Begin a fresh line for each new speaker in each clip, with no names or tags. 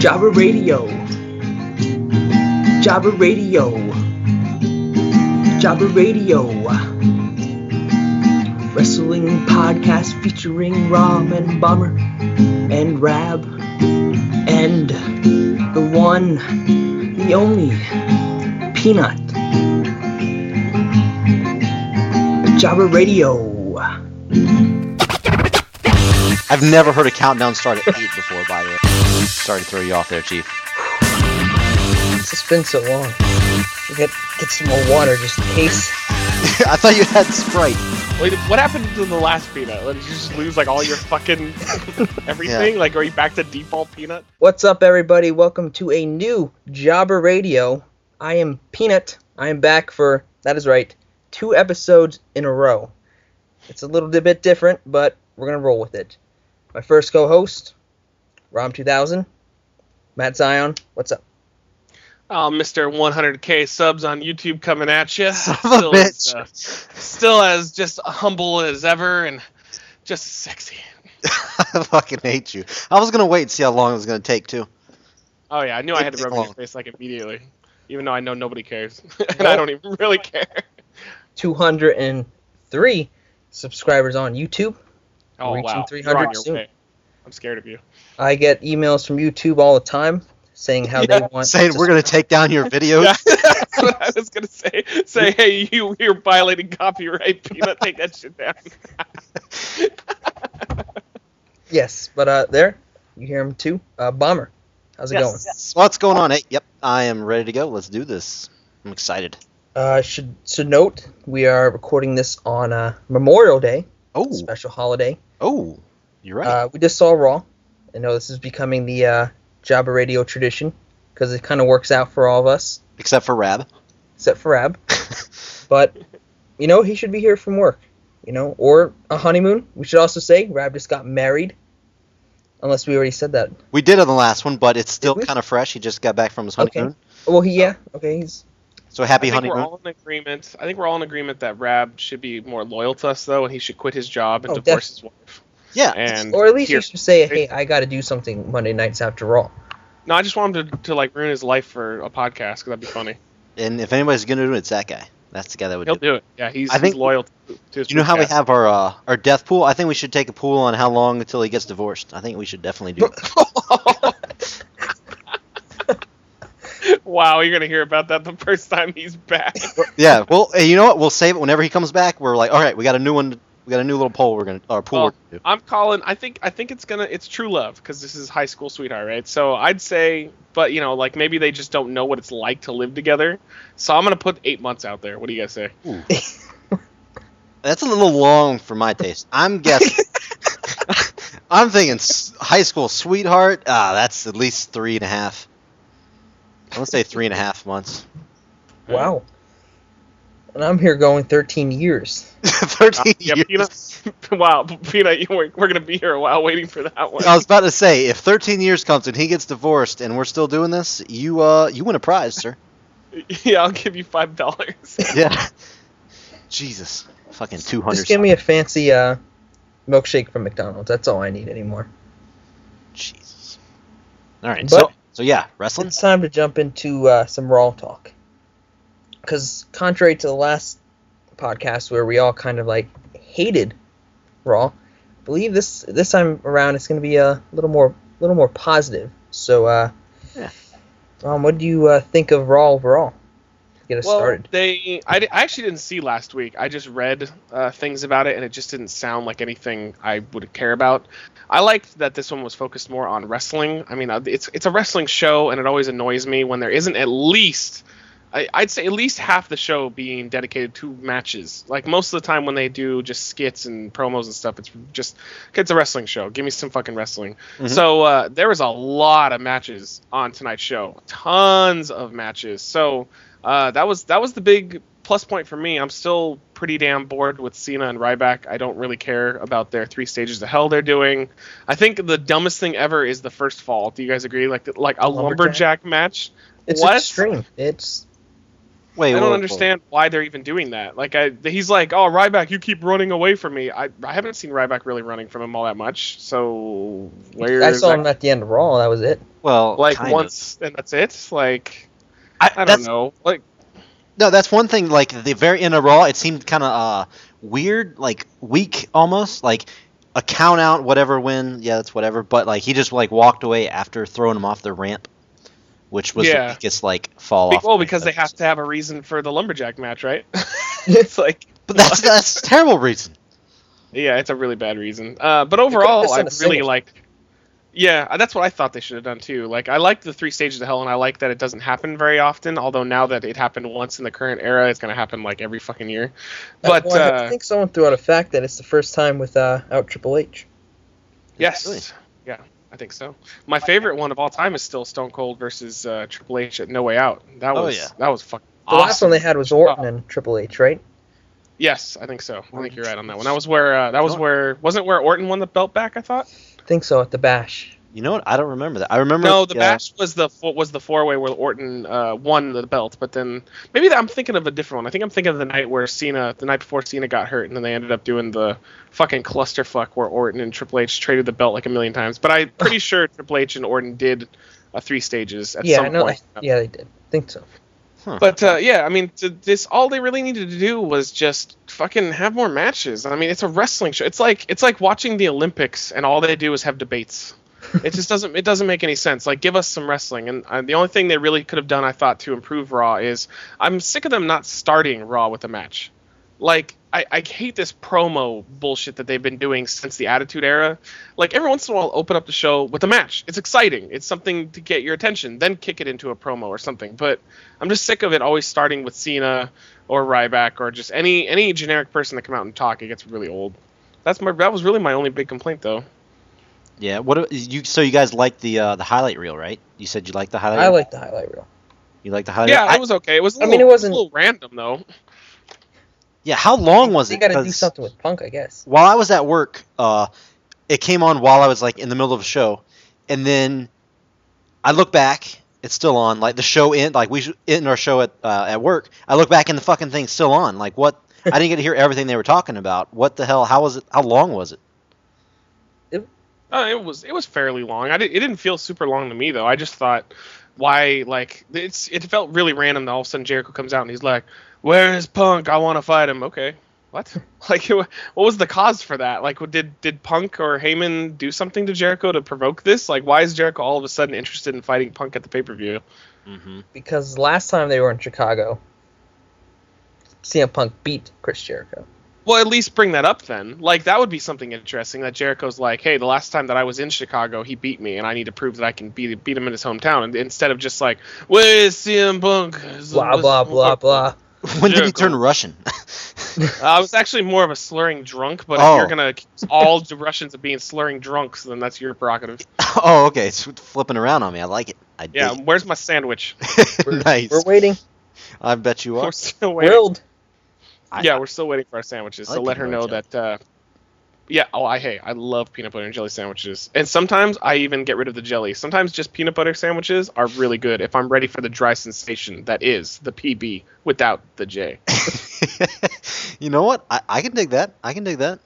Jabber Radio. Jabber Radio. Jabber Radio. Wrestling podcast featuring Rom and Bomber and Rab and the one, the only Peanut. Jabber Radio.
I've never heard a countdown start at 8 before, by the way. Sorry to throw you off there, Chief.
It's been so long. We get get some more water just in case.
I thought you had Sprite.
Wait, what happened to the last peanut? Did you just lose like all your fucking everything? Like, are you back to default peanut?
What's up, everybody? Welcome to a new Jobber Radio. I am Peanut. I am back for that is right, two episodes in a row. It's a little bit different, but we're gonna roll with it. My first co-host, Rom 2000, Matt Zion. What's up?
Oh, Mister 100k subs on YouTube coming at you.
Son of a bitch.
uh, still as just humble as ever and just sexy.
I fucking hate you. I was going to wait and see how long it was going to take, too.
Oh yeah, I knew I had to rub it in your face like immediately, even though I know nobody cares and I don't even really care.
203 subscribers on YouTube.
Oh
Reaching
wow,
300
You're on your
soon.
way. I'm scared of you.
I get emails from YouTube all the time saying how they
Yeah,
want.
Saying
to
we're going to take down your videos.
Yeah, that's what I was gonna say. Say, hey, you, you're violating copyright. Peanut, take that shit down.
Yes, but uh, there, you hear him too. Uh, Bomber, how's it
Yes.
going?
What's going on? Hey, yep, I am ready to go. Let's do this. I'm excited.
Uh, should should note we are recording this on uh, Memorial Day,
Oh,
special holiday.
oh, you're right.
Uh, we just saw Raw. I know this is becoming the uh, Jabba Radio tradition because it kind of works out for all of us,
Except for Rab.
except for Ab. but you know he should be here from work, you know, or a honeymoon. We should also say Rab just got married, unless we already said that.
We did on the last one, but it's still
we?
kind of fresh. He just got back from his
Okay.
honeymoon.
Well, he yeah, okay, he's
So happy
I think we're
honeymoon.
all in agreement. I think we're all in agreement that Rab should be more loyal to us, though, and he should quit his job and
Oh,
divorce his wife.
yeah.
And
or at least
here.
you should say, hey, I got to do something Monday nights after Raw.
no, I just want him to, to like ruin his life for a podcast because that'd be funny.
And if anybody's going to do it, it's that guy. That's the guy that would
He'll
do it.
do it. Yeah, he's,
I think-
he's loyal to, to his.
Do you know how we
podcast.
have our uh, our death pool? I think we should take a pool on how long until he gets divorced. I think we should definitely do. it.
Wow, you're gonna hear about that the first time he's back.
yeah. Well, hey, you know what? We'll save it whenever he comes back. We're like, all right, we got a new one. We got a new little poll. We're gonna our pool.
Well,
we're gonna do.
I'm calling. I think I think it's gonna it's true love because this is high school sweetheart, right? So I'd say, but you know, like maybe they just don't know what it's like to live together. So I'm gonna put eight months out there. What do you guys say?
That's a little long for my taste. I'm guessing. I'm thinking s- high school sweetheart. Ah, that's at least three and a half. I'm gonna say three and a half months.
Wow. And I'm here going 13 years.
Thirteen
Uh, yeah,
years.
peanut. wow, peanut, you- we're, we're gonna be here a while waiting for that one.
I was about to say, if 13 years comes and he gets divorced and we're still doing this, you uh, you win a prize, sir.
yeah, I'll give you five dollars.
yeah. Jesus. Fucking 200.
Just give me a fancy uh, milkshake from McDonald's. That's all I need anymore.
Jesus. All right.
But-
so, so yeah, wrestling.
It's time to jump into uh, some Raw talk. Because contrary to the last podcast where we all kind of like hated Raw, I believe this this time around it's going to be a little more little more positive. So, uh,
Yeah.
um, what do you uh, think of Raw overall? Get us
well,
started.
they I, di- I actually didn't see last week. I just read uh, things about it, and it just didn't sound like anything I would care about. I liked that this one was focused more on wrestling. I mean, uh, it's it's a wrestling show, and it always annoys me when there isn't at least I, I'd say at least half the show being dedicated to matches. Like most of the time when they do just skits and promos and stuff, it's just it's a wrestling show. Give me some fucking wrestling.
Mm-hmm.
So uh, there was a lot of matches on tonight's show, tons of matches. So uh, that was that was the big plus point for me. I'm still pretty damn bored with Cena and Ryback. I don't really care about their three stages of hell they're doing. I think the dumbest thing ever is the first fall. Do you guys agree? Like like a
Lumberjack?
lumberjack, match.
It's
what?
extreme. It's
Wait,
I
whoa,
don't
whoa.
understand why they're even doing that. Like, I, he's like, "Oh, Ryback, you keep running away from me." I, I haven't seen Ryback really running from him all that much. So where
I
is
saw
that-
him at the end of Raw. That was it.
Well,
Like
kind of.
once and that's it. Like
I,
I don't
that's-
know. Like
No, that's one thing. Like the very end of Raw, it seemed kind of uh, weird, like weak almost. Like a count out, whatever win, yeah, that's whatever. But like he just like walked away after throwing him off the ramp, which was
Yeah.
the biggest like fall
be-
off.
well, because they have
matches.
to have a reason for the lumberjack match, right? it's like
But that's that's a terrible reason.
yeah, it's a really bad reason. Uh, but
could've
overall,
just
I
done a
really
single.
like. Yeah, uh, that's what I thought they should have done too. Like I like the three stages of hell, and I like that it doesn't happen very often. Although now that it happened once in the current era, it's gonna happen like every fucking year. But
Well, I
uh,
think someone threw out a fact that it's the first time without out Triple H.
Yes.
Really?
Yeah, I think so. My favorite one of all time is still Stone Cold versus uh, Triple H at No Way Out. That
Oh,
was
yeah.
that was fucking
The last
awesome.
one they had was Orton and Triple H, right?
Yes, I think so. I
Orton
think you're right on that one.
Triple
That was where uh, that was
Orton.
where wasn't where Orton won the belt back. I thought.
I think so at the Bash.
You know what? I don't remember that. I remember.
No, the
uh,
match was the fo- was the four way where Orton uh, won the belt, but then maybe that, I'm thinking of a different one. I think I'm thinking of the night where Cena, the night before Cena got hurt, and then they ended up doing the fucking clusterfuck where Orton and Triple H traded the belt like a million times. But I'm pretty sure Triple H and Orton did uh, three stages at
yeah,
some
I know.
point.
Yeah, they did. I think so.
But uh, yeah, I mean, to this all they really needed to do was just fucking have more matches. I mean, it's a wrestling show. It's like it's like watching the Olympics, and all they do is have debates. it just doesn't it doesn't make any sense. Like, give us some wrestling. And uh, the only thing they really could have done, I thought, to improve Raw is I'm sick of them not starting Raw with a match. Like, I, I hate this promo bullshit that they've been doing since the Attitude Era. Like, every once in a while, open up the show with a match. It's exciting. It's something to get your attention. Then kick it into a promo or something. But I'm just sick of it always starting with Cena or Ryback or just any any generic person that come out and talk. It gets really old. That's my that was really my only big complaint though.
Yeah. What you? So you guys like the uh, the highlight reel, right? You said you like the highlight.
I
reel?
like the highlight reel.
You like the highlight.
yeah,
reel? Uh, I-
it was okay. It was. I
I mean, it
mean, it was a
wasn't-
little random though.
yeah. How long was
they
it?
got to do
'Cause-
something with Punk, I guess.
while I was at work, uh, it came on while I was like in the middle of a show, and then I look back, it's still on. Like the show end, like we sh- end our show at uh, at work. I look back and the fucking thing's still on. Like what? I didn't get to hear everything they were talking about. What the hell? How was it? How long was it?
Uh, it was it was fairly long. I did, it didn't feel super long to me though. I just thought, why like it's it felt really random. That all of a sudden Jericho comes out and he's like, "Where is Punk? I want to fight him." Okay, what? like it, wa- what was the cause for that? Like what- did did Punk or Heyman do something to Jericho to provoke this? Like why is Jericho all of a sudden interested in fighting Punk at the pay per view?
Mm-hmm.
Because last time they were in Chicago, CM Punk beat Chris Jericho.
Well, at least bring that up then. Like that would be something interesting that Jericho's like, "Hey, the last time that I was in Chicago, he beat me, and I need to prove that I can beat beat him in his hometown." And instead of just like, "Where's CM Punk?"
Blah blah blah blah.
When did he
Jericho.
turn Russian?
Uh, I was actually more of a slurring drunk, but
Oh.
if you're gonna accuse all the Russians of being slurring drunks, then that's your prerogative.
oh, okay. It's flipping around on me. I like it. I
Yeah,
dig
where's my sandwich?
it.
We're,
nice.
we're waiting.
I bet you
We're
are.
still waiting.
Grilled.
I-
yeah, we're still waiting for our sandwiches.
I
so
like
let her
peanut
know
butter
that. Uh, yeah. Oh, I hey, I love peanut butter and jelly sandwiches. And sometimes I even get rid of the jelly. Sometimes just peanut butter sandwiches are really good if I'm ready for the dry sensation that is the PB without the J.
you know what? I, I can dig that. I can dig that.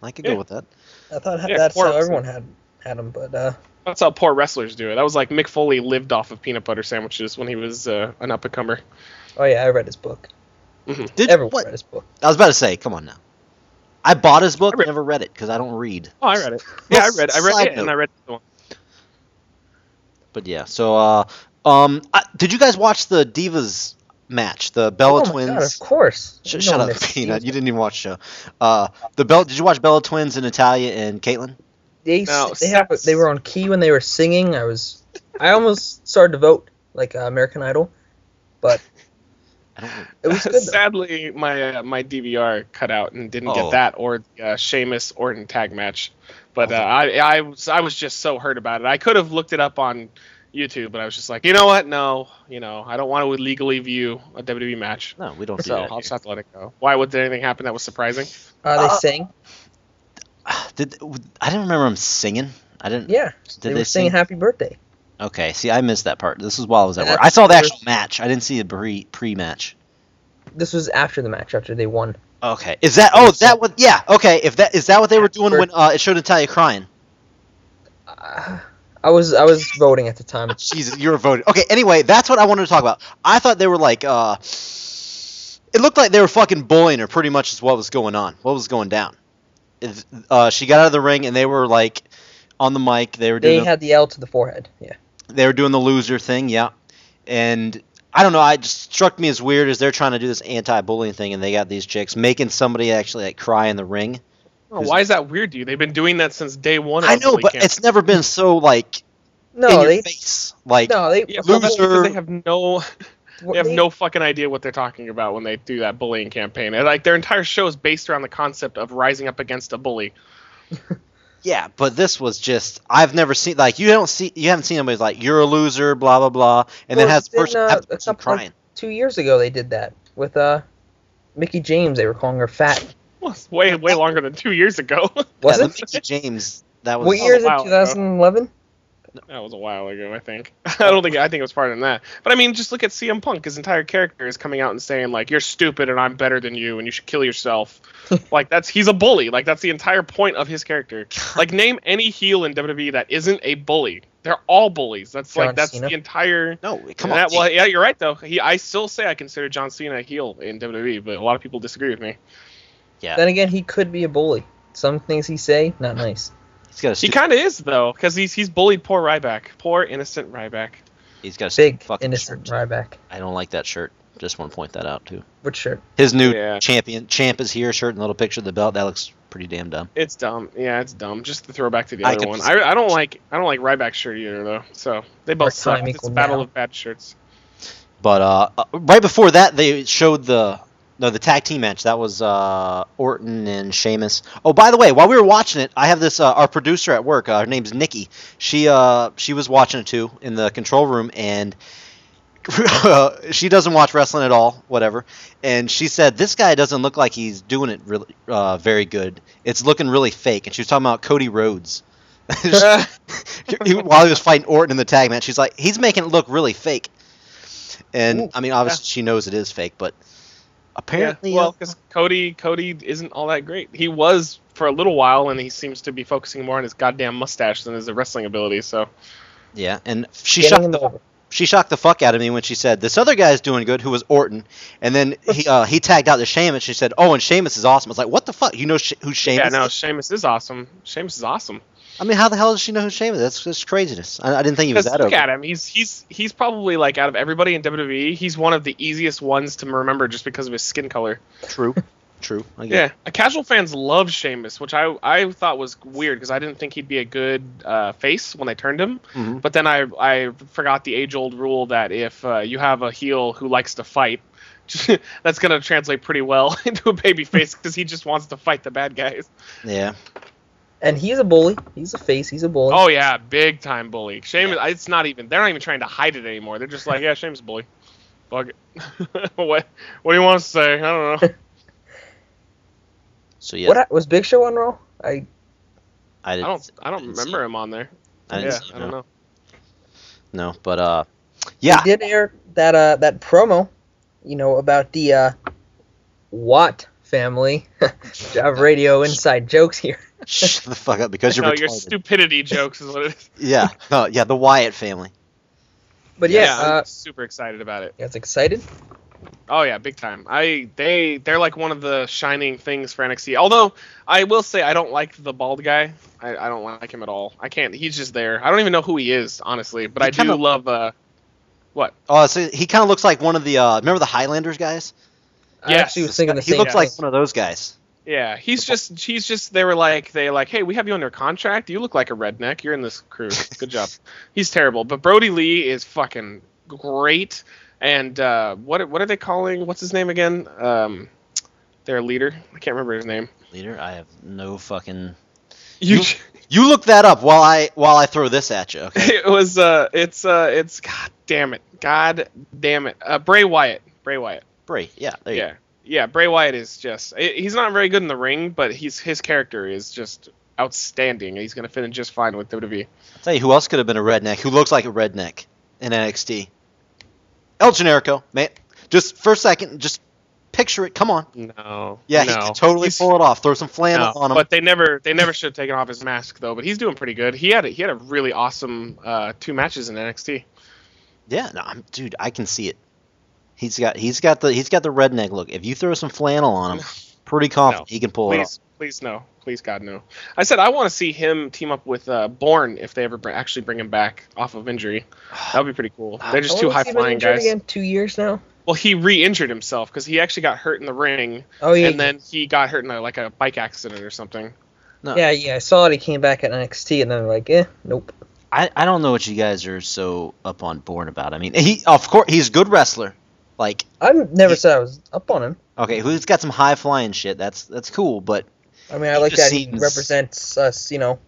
I could
Yeah.
go with that.
I thought
Yeah,
that's how
corpse.
everyone had had them, but uh,
That's how poor wrestlers do it. That was like Mick Foley lived off of peanut butter sandwiches when he was uh, an up and comer.
oh yeah, I read his book.
Did
Everyone
what?
read his book.
I was about to say, come on now. I bought his book,
I read-
never read it because I don't read.
Oh, I read it. Yeah, I read. I
Side
read it,
note.
and I read the one.
But yeah, so uh, um, I, did you guys watch the Divas match, the
oh
Bella
My God,
Twins?
of course.
Sh-
You
shut
know
up,
this.
Peanut. You didn't even watch the show. Uh, the Bella. Did you watch Bella Twins and Natalia and Caitlyn?
They
No,
s- they have
Seth's-
they were on key when they were singing. I was I almost started to vote like uh, American Idol, but
I don't know.
it was good. though.
Sadly, my uh, my DVR cut out and didn't
Oh.
get that or the uh, Sheamus Orton tag match. But uh,
Oh.
I I was I was just so hurt about it. I could have looked it up on YouTube, but I was just like, you know what? No, you know, I don't want to illegally view a WWE match.
No, we don't do
So
that.
I'll
here.
just have to let it go. Why would anything happen that was surprising?
Uh, they
Uh,
sang.
Did I didn't remember him singing? I didn't.
Yeah,
Did
they,
they,
were
sing?
singing Happy Birthday.
okay. See, I missed that part. This is while I was at work.
That's
I saw the
the
actual match. I didn't see the pre pre match.
This was after the match, after they won.
Okay. Is that oh is that what yeah, okay. If that is that what they were doing when uh it showed Natalia crying.
Uh, I was I was voting at the time.
Jesus, you were voting. Okay, anyway, that's what I wanted to talk about. I thought they were like, uh, it looked like they were fucking bullying her pretty much is what was going on, what was going down. If- Uh, she got out of the ring and they were like on the mic. They were doing
They had the L to the forehead. Yeah.
they were doing the loser thing, yeah. And I don't know, I just struck me as weird as they're trying to do this anti-bullying thing, and they got these chicks making somebody actually like cry in the ring.
Oh, why is that weird to you? They've been doing that since day one. of
I know,
Bully
but
Camp.
it's never been so like
No,
in your
they
face, like
no they
yeah, well, that's because
loser.
they have no they have
they-
no fucking idea what they're talking about when they do that bullying campaign. And, like their entire show is based around the concept of rising up against a bully.
yeah. But this was just I've never seen like you don't see you haven't seen anybody like you're a loser, blah blah blah, and then
Well,
has the
didn't,
person,
uh,
have the
a
person
couple-
crying.
two years ago they did that with uh Mickey James. They were calling her fat.
Well, it's way way longer than two years ago.
Was
yeah,
it?
the Mickey James? That was
What year is it?
while ago.
2011.
that was a while ago, I think. I don't think I think it was farther than that. But I mean, just look at CM Punk. His entire character is coming out and saying like, "You're stupid, and I'm better than you, and you should kill yourself." like that's he's a bully. Like that's the entire point of his character. Like name any heel in WWE that isn't a bully. They're all bullies. That's
John
like that's
Cena.
the entire.
Oh, No, come on.
that, well, yeah, you're right though. He, I still say I consider John Cena a heel in WWE, but a lot of people disagree with me.
yeah,
Then again, he could be a bully. Some things he say not nice.
he's got a
He
stupid,
kind of is though, because he's he's bullied poor Ryback, poor innocent Ryback.
he's got a stupid
Big
fucking
innocent
shirt.
Ryback.
I don't like that shirt. Just want to point that out too.
Which shirt?
His new
Yeah.
champion champ is here shirt and little picture of the belt. That looks pretty damn dumb.
It's dumb. Yeah, it's dumb. Just the throwback to the
I
other
could-
one. I, I don't like I don't like Ryback shirt either though. So they both
time
suck. It's a
equal
battle
now.
of bad shirts.
But uh, uh, right before that, they showed the no the tag team match. That was uh, Orton and Sheamus. Oh, by the way, while we were watching it, I have this uh, our producer at work. Uh, her name's Nikki. She uh, she was watching it too in the control room and. she doesn't watch wrestling at all, whatever. And she said, "This guy doesn't look like he's doing it really uh, very good. It's looking really fake." And she was talking about Cody Rhodes. He- while he was fighting Orton in the tag match, she's like, "He's making it look really fake." And
Ooh,
I mean, obviously she knows it is fake, but apparently,
yeah, well,
uh,
because Cody Cody isn't all that great. He was for a little while, and he seems to be focusing more on his goddamn mustache than his wrestling ability. So
yeah. And she
Getting
shocked
him
the
over.
she shocked the fuck out of me when she said, "This other guy's doing good," who was Orton, and then he uh, he tagged out to Sheamus. She said, "Oh, and Sheamus is awesome." I was like, "What the fuck? You know she- who Sheamus?"
yeah, no,
is?
Sheamus is awesome. Sheamus is awesome.
I mean, how the hell does she know who Sheamus? is? That's just craziness. I, I didn't think he was
Because
that
look
over.
at him. He's he's he's probably like out of everybody in WWE, he's one of the easiest ones to remember just because of his skin color.
True, true. I guess.
Yeah, a casual fans love Sheamus, which I I thought was weird because I didn't think he'd be a good uh, face when they turned him.
Mhm.
But then I I forgot the age old rule that if uh, you have a heel who likes to fight, that's gonna translate pretty well into a baby face because he just wants to fight the bad guys.
yeah.
And he's a bully. He's a face. He's a bully.
Oh yeah, big time bully. Sheamus, it's not even they're not even trying to hide it anymore. They're just like yeah, Sheamus a bully. Fuck it. what what do you want to say? I don't know.
So yeah,
What ha- was Big Show on Raw? I
I,
I
didn't.
don't I don't
didn't see
remember
it.
him on there.
I didn't
yeah,
see it,
I don't
no.
know.
No, but uh, yeah.
did air that uh that promo, you know about the uh Watt family. Job radio inside jokes here.
Shut the fuck up because you're
no,
retarded.
your stupidity jokes is what it is.
Yeah, no, yeah, the Wyatt family.
But yeah,
I'm
uh,
super excited about it.
you guys excited?
Oh yeah, big time. I they they're like one of the shining things for NXT. Although I will say I don't like the bald guy. I, I don't like him at all. I can't. He's just there. I don't even know who he is honestly. But
He
I do
kinda-
love. Uh,
Oh, so he kind of looks like one of the uh, remember the Highlanders guys?
I
Yes.
actually was thinking the
he
same.
looks
thing.
like one of those guys.
yeah, he's just he's just they were like they like hey we have you under contract. You look like a redneck. You're in this crew. Good job. he's terrible. But Brody Lee is fucking great. And uh, what what are they calling? What's his name again? Um, their leader. I can't remember his name.
Leader, I have no fucking.
You.
You- You look that up while I while I throw this at you. Okay.
it was uh it's uh it's god damn it god damn it uh bray wyatt bray wyatt
Bray, yeah, there you
yeah yeah bray wyatt is just i- he's not very good in the ring but he's his character is just outstanding he's gonna fit in just fine with E. wwe
go. I'll tell you who else could have been a redneck who looks like a redneck in NXT. El Generico, man. Just for a second, just Picture it. Come on.
No.
Yeah,
no.
he could totally
He's-
pull it off. Throw some flannel
no,
on him.
but they never they never should have taken off his mask though. But he's doing pretty good. He had a, he had a really awesome uh, two matches in NXT.
yeah, no, I'm, dude, I can see it. He's got he's got the he's got the redneck look. If you throw some flannel on him, pretty confident he can pull it off.
Please, please no, please God no. I said I want to see him team up with uh, Born if they ever br- actually bring him back off of injury. That would be pretty cool. They're just
How
two
long
high
has he been
flying
injured
guys.
Again? Two years now.
Well, he re-injured himself because he actually got hurt in the ring,
Oh yeah.
and then he got hurt in a, like a bike accident or something.
yeah, yeah. I saw it. He came back at NXT, and then I'm like, eh, nope.
I, I don't know what you guys are so up on board about. I mean, he of course he's a good wrestler. Like
I've never said I was up on him.
okay, who's got some high flying shit? That's that's cool, but
I mean, I
He
like
just
that he
seems-
represents us. You know,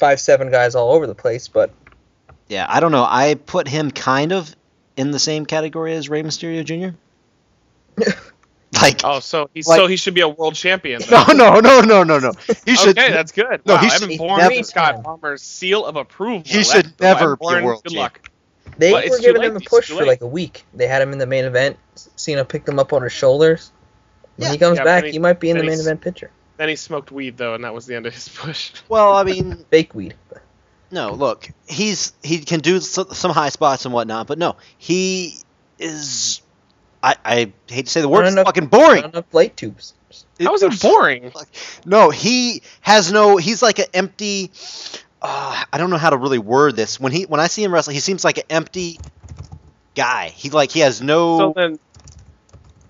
five seven guys all over the place, but
Yeah, I don't know. I put him kind of in the same category as Rey Mysterio Jr. like,
Oh, so he's
Like-
so he should be a world champion. then.
no, no, no, no, no, no. He should.
okay, that's good.
No,
wow,
he
Evan
should
Bourne
never-
is Scott Palmer's seal of approval.
He should
That's-
never
Evan
be a
Bourne,
world
Good luck.
they
Well, it's
were
too
giving
late.
him a
It's
push
too
for
late.
like a week. They had him in the main event. Cena picked him up on his shoulders. When
Yeah.
he comes
Yeah, but
back,
then he-
he might be in the
then
main
he's-
event picture.
Then he smoked weed though, and that was the end of his push.
well, I mean,
Fake weed.
no. Look, he's he can do so- some high spots and whatnot, but no, he is. I, I hate to say the word,
Not
it's
enough-
fucking
Not
boring.
enough light tubes.
That was it boring?
No, he has no. He's like an empty. Uh, I don't know how to really word this. When he when I see him wrestle, he seems like an empty guy. He like he has no.
So then,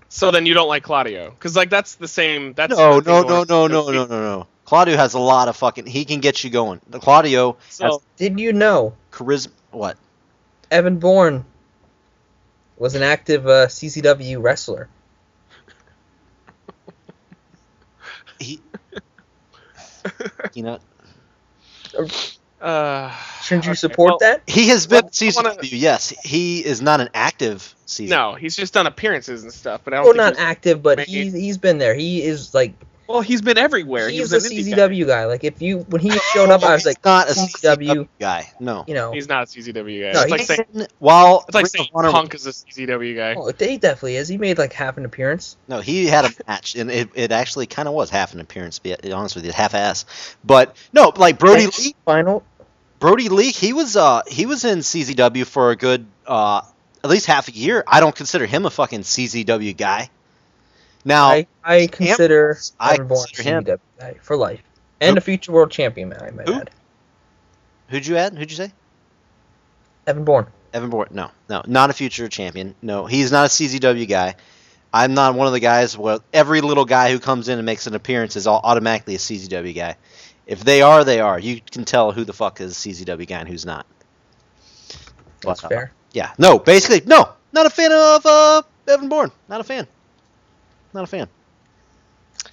so then you don't like Claudio because like that's the same. That's
no,
the thing
no, no,
going-
no, no, no, no, no. Claudio has a lot of fucking. He can get you going. The Claudio has
So
Did you know
charisma. What?
Evan Bourne was an active uh, CCW wrestler?
He. you know,
uh,
Shouldn't you
okay,
support
well,
that?
he has been
Well, I
season.
wanna-
W, Yes, he is not an active season.
No, he's just done appearances and stuff, but I don't.
Well, not
think he's-
active, but
main-
he's he's been there. He is like
Well, he's been everywhere. he
he's
was
a
an indie guy.
CCW guy. Like if you when he showed up, I was
He's
like,
not a
CCW.
CCW guy. No.
you know,
He's not a CZW guy.
No,
it's like
he's-
saying
While
it's like
Ring
saying
of Honor-
Punk is a CZW guy.
oh, he definitely is. He made like half an appearance.
No, he had a match, and it, it actually kind of was half an appearance. To be honest with you, half ass. But no, like Brody Lee
final.
Brody Lee, he was uh he was in CZW for a good uh at least half a year. I don't consider him a fucking CZW guy. Now
I I consider
I
Evan Bourne
consider him.
CCW guy for life and a future world champion. I might
Who?
add.
who'd you add? Who'd you say?
Evan Bourne.
Evan Bourne. No, no, not a future champion. No, he's not a CZW guy. I'm not one of the guys where every little guy who comes in and makes an appearance is all automatically a CZW guy. If they are, they are. You can tell who the fuck is a CZW guy and who's not.
That's
But, uh,
fair.
Yeah. No, basically, no. Not a fan of uh, Evan Bourne. Not a fan. Not a fan.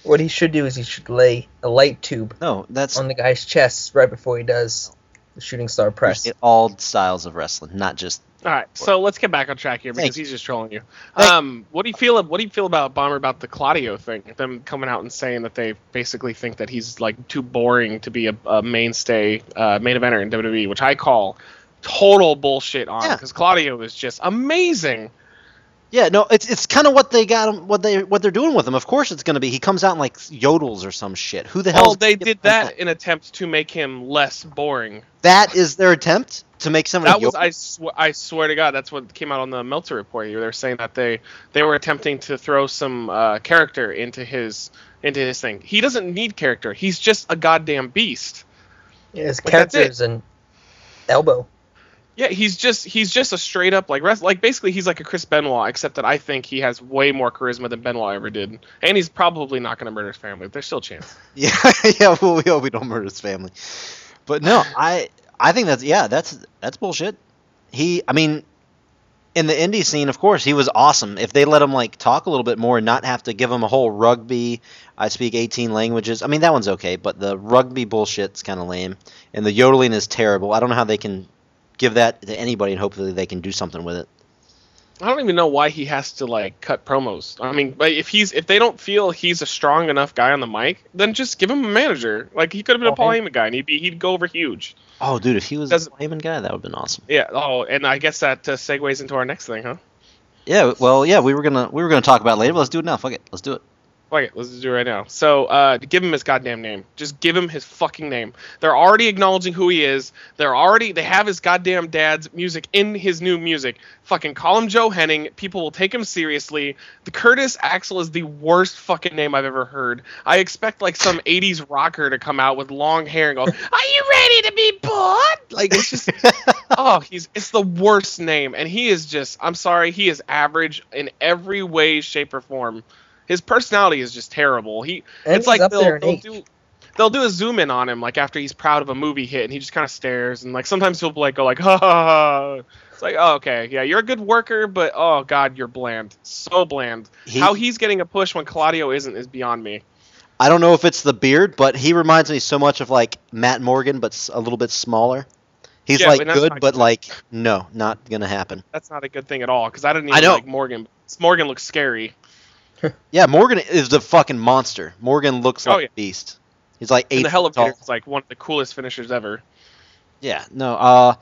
What he should do is he should lay a light tube
No, that's
on the guy's chest right before he does the shooting star press.
It- all styles of wrestling, not just.
All right, so let's get back on track here because
Thank
he's just trolling you.
Thank-
Um, what do you feel? What do you feel about Bomber about the Claudio thing? Them coming out and saying that they basically think that he's like too boring to be a, a mainstay, uh, main eventer in WWE, which I call total bullshit on
Yeah.
because Claudio is just amazing.
Yeah, no, it's it's kind of what they got him, what they what they're doing with him. Of course, it's gonna be he comes out and like yodels or some shit. Who the hell?
Well, Oh, they did that in attempt to make him less boring.
That is their attempt to make somebody.
That was
yodel?
I, sw- I swear to God, that's what came out on the Meltzer report. They were saying that they they were attempting to throw some uh, character into his into his thing. He doesn't need character. He's just a goddamn beast.
His
Like, that's it.
characters and elbow.
Yeah, he's just he's just a straight up like rest, like basically he's like a Chris Benoit, except that I think he has way more charisma than Benoit ever did, and he's probably not going to murder his family. There's still a chance.
Yeah, yeah. Well, we hope we don't murder his family. But no, I I think that's yeah, that's that's bullshit. He, I mean, in the indie scene, of course, he was awesome. If they let him like talk a little bit more and not have to give him a whole rugby, I speak 18 languages. I mean, that one's okay, but the rugby bullshit's kind of lame, and the yodeling is terrible. I don't know how they can give that to anybody, and hopefully they can do something with it.
I don't even know why he has to like cut promos. I mean, like, if he's if they don't feel he's a strong enough guy on the mic, then just give him a manager. Like he could have been a Paul
Okay.
Heyman guy, and he'd be he'd go over huge.
Oh, dude, if he was a
Doesn't-
Heyman guy, that would have been awesome.
Yeah. Oh, and I guess that uh, segues into our next thing, huh?
Yeah, well, yeah, we were gonna we were gonna talk about it later. But let's do it now. Fuck it, let's do it.
Fuck it, let's just do it right now. So, uh, give him his goddamn name. Just give him his fucking name. They're already acknowledging who he is. They're already they have his goddamn dad's music in his new music. Fucking call him Joe Henning. People will take him seriously. The Curtis Axel is the worst fucking name I've ever heard. I expect like some '80s rocker to come out with long hair and go, "Are you ready to be born?" Like it's just oh, he's it's the worst name, and he is just I'm sorry, he is average in every way, shape, or form. His personality is just terrible. He
And
it's
he's
like
up
they'll,
there in
they'll
age.
do they'll do a zoom in on him like after he's proud of a movie hit, and he just kind of stares, and like sometimes he'll like go like ha ha. ha. It's like oh, okay, yeah, you're a good worker, but oh god, you're bland, so bland.
He-
How he's getting a push when Claudio isn't is beyond me.
I don't know if it's the beard, but he reminds me so much of like Matt Morgan, but s- a little bit smaller. He's
Yeah,
like
but that's
good,
not
but
good.
like no, not gonna happen.
That's not a good thing at all because I didn't
I
even
know.
like Morgan. Morgan looks scary.
Yeah, Morgan is the fucking monster. Morgan looks
Oh,
like
yeah.
a beast. He's like eight
And the
foot
elevator
tall.
is like one of the coolest finishers ever.
Yeah, no. Uh,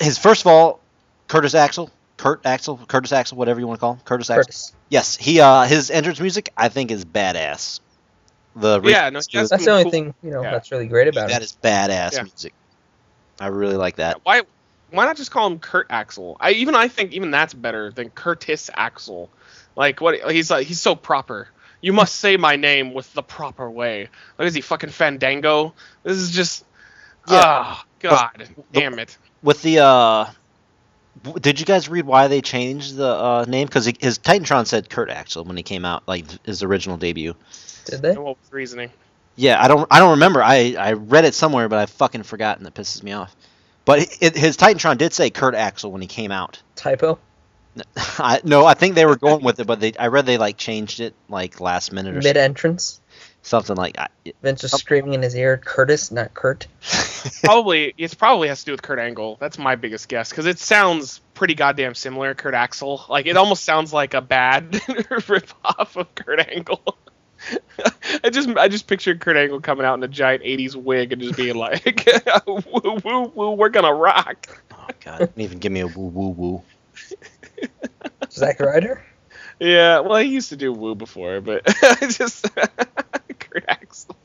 his first of all, Curtis Axel, Kurt Axel, Curtis Axel, whatever you want to call him, Curtis Axel.
Curtis.
Yes, he uh his entrance music I think is badass. The
Yeah, no,
remix
he has
to it,
That's the only
cool.
thing you know
Yeah.
that's really great about
that
it.
is badass
Yeah.
music. I really like that.
Why why not just call him Kurt Axel? I even I think even that's better than Curtis Axel. Like what he's like he's so proper. You must say my name with the proper way. Like is he fucking Fandango? This is just
Yeah.
Ah, God damn it.
With the uh w- did you guys read why they changed the uh, name? Because his Titantron said Kurt Axel when he came out, like his original debut.
Did they?
And What was the reasoning?
Yeah, I don't, I don't remember. I, I read it somewhere, but I fucking forgot, and it pisses me off. But it, his Titantron did say Kurt Axel when he came out.
Typo.
I, no, I think they were going with it, but they, I read they like changed it like last minute or
Mid entrance.
something like. I,
Vince
Oh.
was screaming in his ear, Curtis, not Kurt.
probably it's probably has to do with Kurt Angle. That's my biggest guess because it sounds pretty goddamn similar, Kurt Axel. Like it almost sounds like a bad ripoff of Kurt Angle. I just I just pictured Kurt Angle coming out in a giant '80s wig and just being like, "Woo woo woo, we're gonna rock."
oh God! Don't even give me a woo woo woo.
Zack Ryder?
Yeah, well, he used to do woo before, but I just Kurt Axel.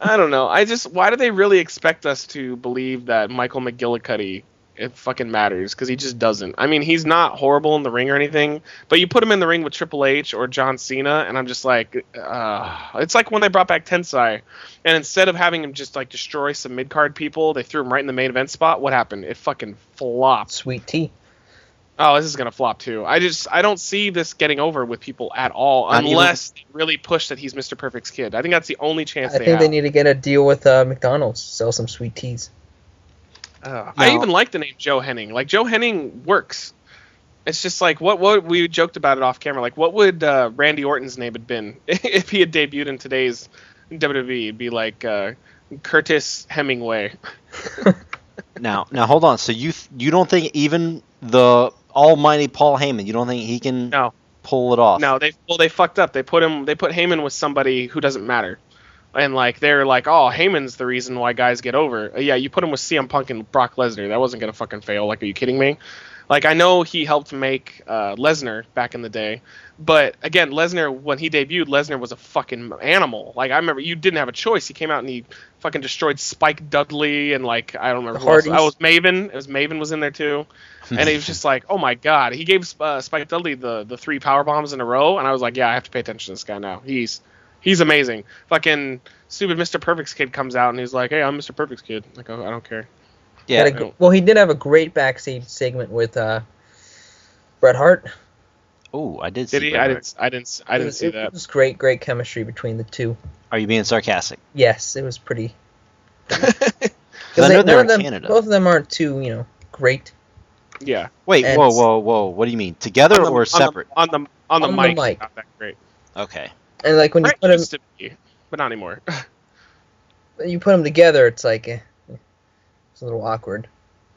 I don't know. I just why do they really expect us to believe that Michael McGillicuddy it fucking matters because he just doesn't. I mean, he's not horrible in the ring or anything, but you put him in the ring with Triple H or John Cena, and I'm just like, uh, it's like when they brought back Tensai, and instead of having him just like destroy some mid card people, they threw him right in the main event spot. What happened? It fucking flopped.
Sweet tea.
Oh, this is gonna flop too. I just I don't see this getting over with people at all
Not even-
unless they really push that he's Mr. Perfect's kid. I think that's the only chance
I
they
think
have.
they need to get a deal with uh, McDonald's, sell some sweet teas.
Ugh. I
No.
even like the name Joe Henning. Like Joe Henning works. It's just like what what we joked about it off camera. Like what would uh, Randy Orton's name had been if he had debuted in today's WWE? It'd be like uh, Curtis Hemingway.
Now, now hold on. So you th- you don't think even the almighty Paul Heyman, you don't think he can
No.
pull it off?
No, they well they fucked up. They put him they put Heyman with somebody who doesn't matter. And like they're like, oh, Heyman's the reason why guys get over. Uh, Yeah, you put him with CM Punk and Brock Lesnar. That wasn't gonna fucking fail. Like, are you kidding me? Like I know he helped make uh, Lesnar back in the day, but again, Lesnar when he debuted, Lesnar was a fucking animal. Like I remember, you didn't have a choice. He came out and he fucking destroyed Spike Dudley and like I don't remember.
The
Who else.
Hardys.
I was Maven. It was Maven was in there too and it was just like, oh my god, he gave uh, Spike Dudley the the three power bombs in a row, and I was like, yeah, I have to pay attention to this guy now. He's he's amazing. Fucking stupid Mr. Perfect's kid comes out and he's like, hey, I'm Mr. Perfect's kid. Like, oh, I don't care.
yeah.
Had a g- well, he did have a great backstage segment with uh, Bret Hart.
Oh, I did see.
Did he?
Bret
I
Hart.
didn't. I didn't. I
It
didn't
was-
see
it, It
that.
was great, great chemistry between the two.
Are you being sarcastic?
Yes, it was pretty.
'Cause
they-
I know they're
none
in
of them,
Canada.
Both of them aren't too, you know, great.
Yeah.
Wait,
And-
whoa, whoa, whoa! What do you mean? Together
On the-
or
on the-
separate?
On the on the,
On the
mic.
mic.
Not that great.
okay.
And like when you
Brett
put them,
used to be, but not anymore.
you put 'em together, it's like eh, it's a little awkward.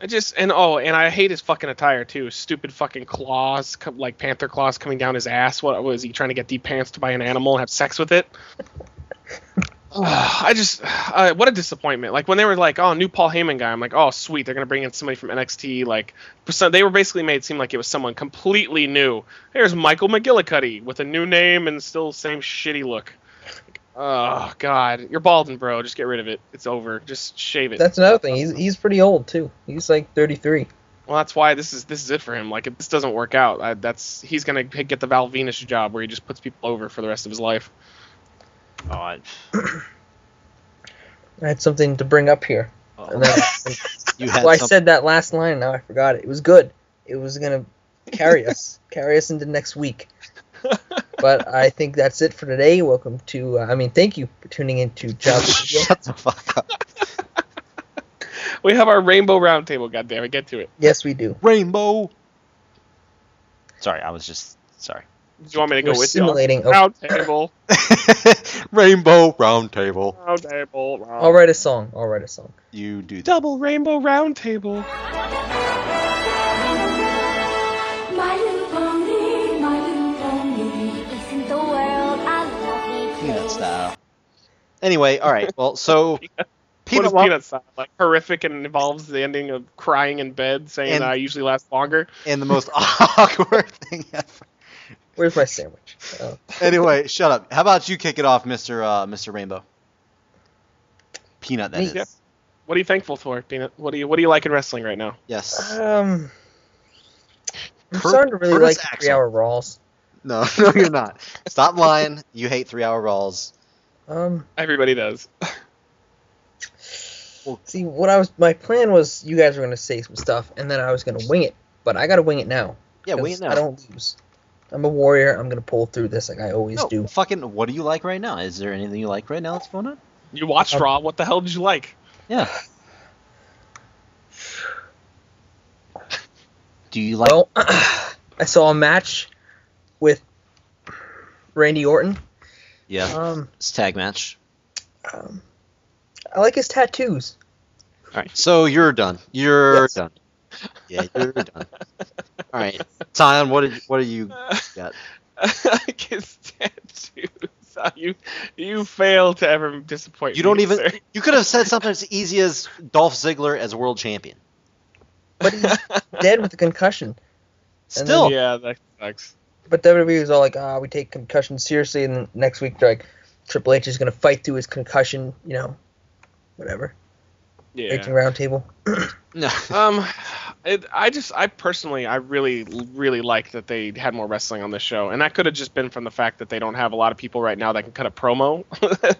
I just and oh, and I hate his fucking attire too. Stupid fucking claws, co- like panther claws coming down his ass. What was he trying to get depantsed by an animal and have sex with it? Ugh, I just uh, what a disappointment. Like when they were like, "Oh, new Paul Heyman guy," I'm like, "Oh, sweet, they're gonna bring in somebody from NXT." Like, so they were basically made it seem like it was someone completely new. Here's Michael McGillicuddy with a new name and still same shitty look. Oh God, you're balding, bro. Just get rid of it. It's over. Just shave it.
That's another thing. He's he's pretty old too. He's like 33.
well, that's why this is this is it for him. Like if this doesn't work out, I, that's he's gonna get the Val Venus job where he just puts people over for the rest of his life.
God.
I had something to bring up here. And then-
oh. you had
well, I
some-
said that last line and now I forgot it. It was good. It was gonna carry us, carry us into next week. But I think that's it for today. Welcome to, uh, I mean, thank you for tuning in to Job Radio.
Shut the fuck up.
We have our Rainbow Roundtable. God damn it, get to it.
Yes, we do.
Rainbow. Sorry, I was just sorry.
Do you want me to go
We're
with you?
simulating. Oh,
Round table,
Rainbow round table.
round table, round.
I'll write a song. I'll write a song.
You do that.
Double rainbow round table.
My little pony, my little pony, isn't the world a lovely place?
Peanut style. Anyway, all right. Well, so
What
people
is
want,
peanut style? Like horrific and involves the ending of crying in bed, saying
And-
I usually last longer.
and the most awkward thing ever.
Where's my sandwich? Oh.
Anyway, shut up. How about you kick it off, Mister uh, Mister Rainbow? Peanut, that
Me?
is.
Yeah. What are you thankful for, Peanut? What do you What do you like in wrestling right now?
Yes.
Um, I'm
Cur-
starting to really
Curtis
like
Axel.
three-hour Raws.
No, no, you're not. Stop lying. You hate three-hour rolls.
Um,
Everybody does.
see, what I was, my plan was, you guys were gonna say some stuff, and then I was gonna wing it. But I gotta wing it now.
Yeah,
'cause
wait. No.
I don't lose. I'm a warrior. I'm gonna pull through this like I always
no,
do.
fucking. What do you like right now? Is there anything you like right now that's going on?
You watched
Um,
Raw. What the hell did you like?
Yeah. Do you like?
well, I saw a match with Randy Orton.
yeah.
Um,
It's tag match.
um, I like his tattoos.
All right. So you're done. You're
Yes.
done. Yeah, you're done. All right, Tyon. What did? What do you got?
I can stand you. Ah, You you fail to ever disappoint.
You don't
me,
even.
sir.
You could have said something as easy as Dolph Ziggler as world champion.
But he's dead with a concussion. And then-
Still,
Yeah, that sucks.
But WWE was all like, ah, we take concussion seriously, and then next week they're like, Triple H is gonna fight through his concussion, you know, whatever. Breaking
Yeah.
roundtable.
no.
Um, it, I just, I personally, I really, really like that they had more wrestling on this show, and that could have just been from the fact that they don't have a lot of people right now that can cut a promo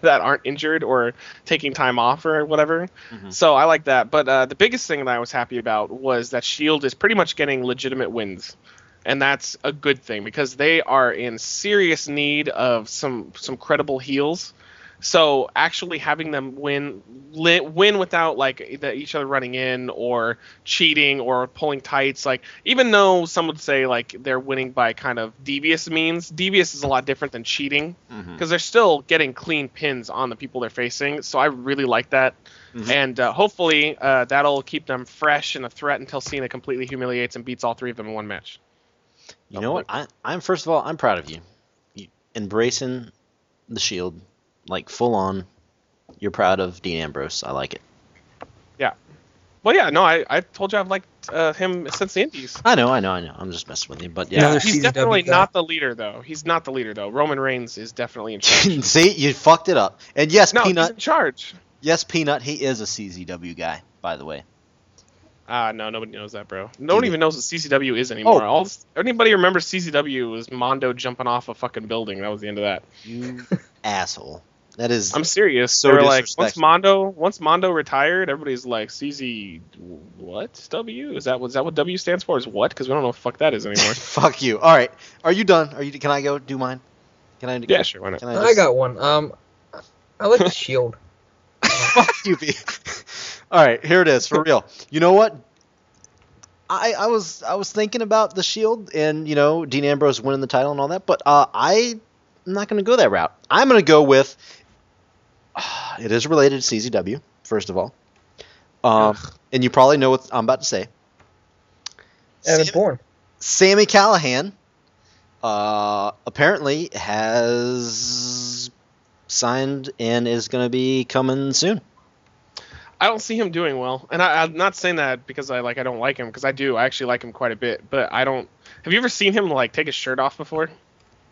that aren't injured or taking time off or whatever.
Mhm.
So I like that. But uh, the biggest thing that I was happy about was that Shield E is pretty much getting legitimate wins. And that's a good thing because they are in serious need of some some credible heels. So actually having them win li- win without like the, each other running in or cheating or pulling tights, like even though some would say like they're winning by kind of devious means, devious is a lot different than cheating
Mhm.
because they're still getting clean pins on the people they're facing. So I really like that,
Mhm.
and uh, hopefully uh, that'll keep them fresh and a threat until Cena completely humiliates and beats all three of them in one match.
You know what? I, I'm first of all, I'm proud of you. you. Embracing the shield, like full on. You're proud of Dean Ambrose. I like it.
Well, yeah, no, I, I told you I've liked uh, him since the Indies.
I know, I know, I know. I'm just messing with you, but
Another
yeah.
He's
CZW
definitely
guy.
not the leader though. He's not the leader though. Roman Reigns is definitely in charge.
See, you fucked it up. And yes,
No, he's
Peanut.
in charge.
Yes, Peanut. He is a CZW guy, by the way.
Ah, no, nobody knows that, bro. No one
Dude.
even knows what CCW is anymore.
Oh.
All this- anybody remembers CCW was Mondo jumping off a fucking building. That was the end of that.
You asshole. That is.
I'm serious.
So
So they were like, once
disrespectful.
Mondo, once Mondo retired, everybody's like, CZ, what? W? Is that was that what W stands for? Is what? Because we don't know what the fuck that is anymore.
fuck you. All right. Are you done? Are you? Can I go do mine? Can I?
yeah, sure, why not?
Can I,
I,
just-
got one. Um, I like the shield.
Fuck you, B. All right, here it is for real. You know what? I I was I was thinking about the Shield and you know Dean Ambrose winning the title and all that, but uh, I am not going to go that route. I'm going to go with. it is related to CZW, first of all, um, and you probably know what I'm about to say.
Evan
Sam-
Bourne.
Sammy Callahan uh, apparently has signed and is going to be coming soon.
I don't see him doing well, and I, I'm not saying that because I like I don't like him because I do. I actually like him quite a bit, but I don't. Have you ever seen him like take his shirt off before?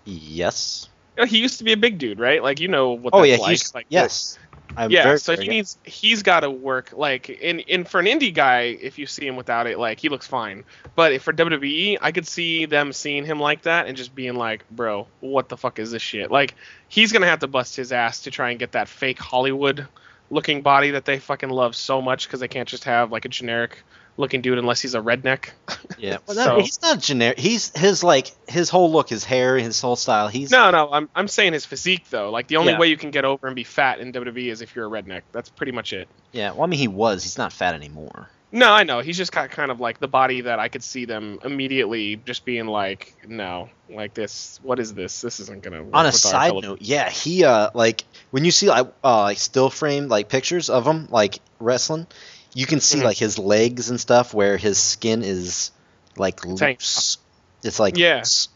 Yes.
You know, he used to be a big dude, right? Like you know what?
Oh
that's
yeah.
like.
he's,
like
yes. I'm
yeah,
very-
so
very
he
good.
needs he's got to work like in in for an indie guy. If you see him without it, like he looks fine. But if for WWE, I could see them seeing him like that and just being like, "Bro, what the fuck is this shit?" Like he's gonna have to bust his ass to try and get that fake Hollywood looking body that they fucking love so much because they can't just have like a generic looking dude unless he's a redneck.
Yeah. Well,
So-
no, he's not generic. He's his like his whole look, his hair, his whole style. He's
no, no, I'm I'm saying his physique though. Like the only
Yeah.
way you can get over and be fat in WWE is if you're a redneck. That's pretty much it.
yeah. Well, I mean, he was. He's not fat anymore.
No, I know. He's just got kind of like the body that I could see them immediately just being like, no, like this. What is this? This isn't gonna. Work
on a
with our
side
tele-
note, yeah, he uh like when you see like uh like still frame like pictures of him like wrestling, you can see
Mhm.
like his legs and stuff where his skin is like
Tank.
loose. It's like
Yeah.
loose.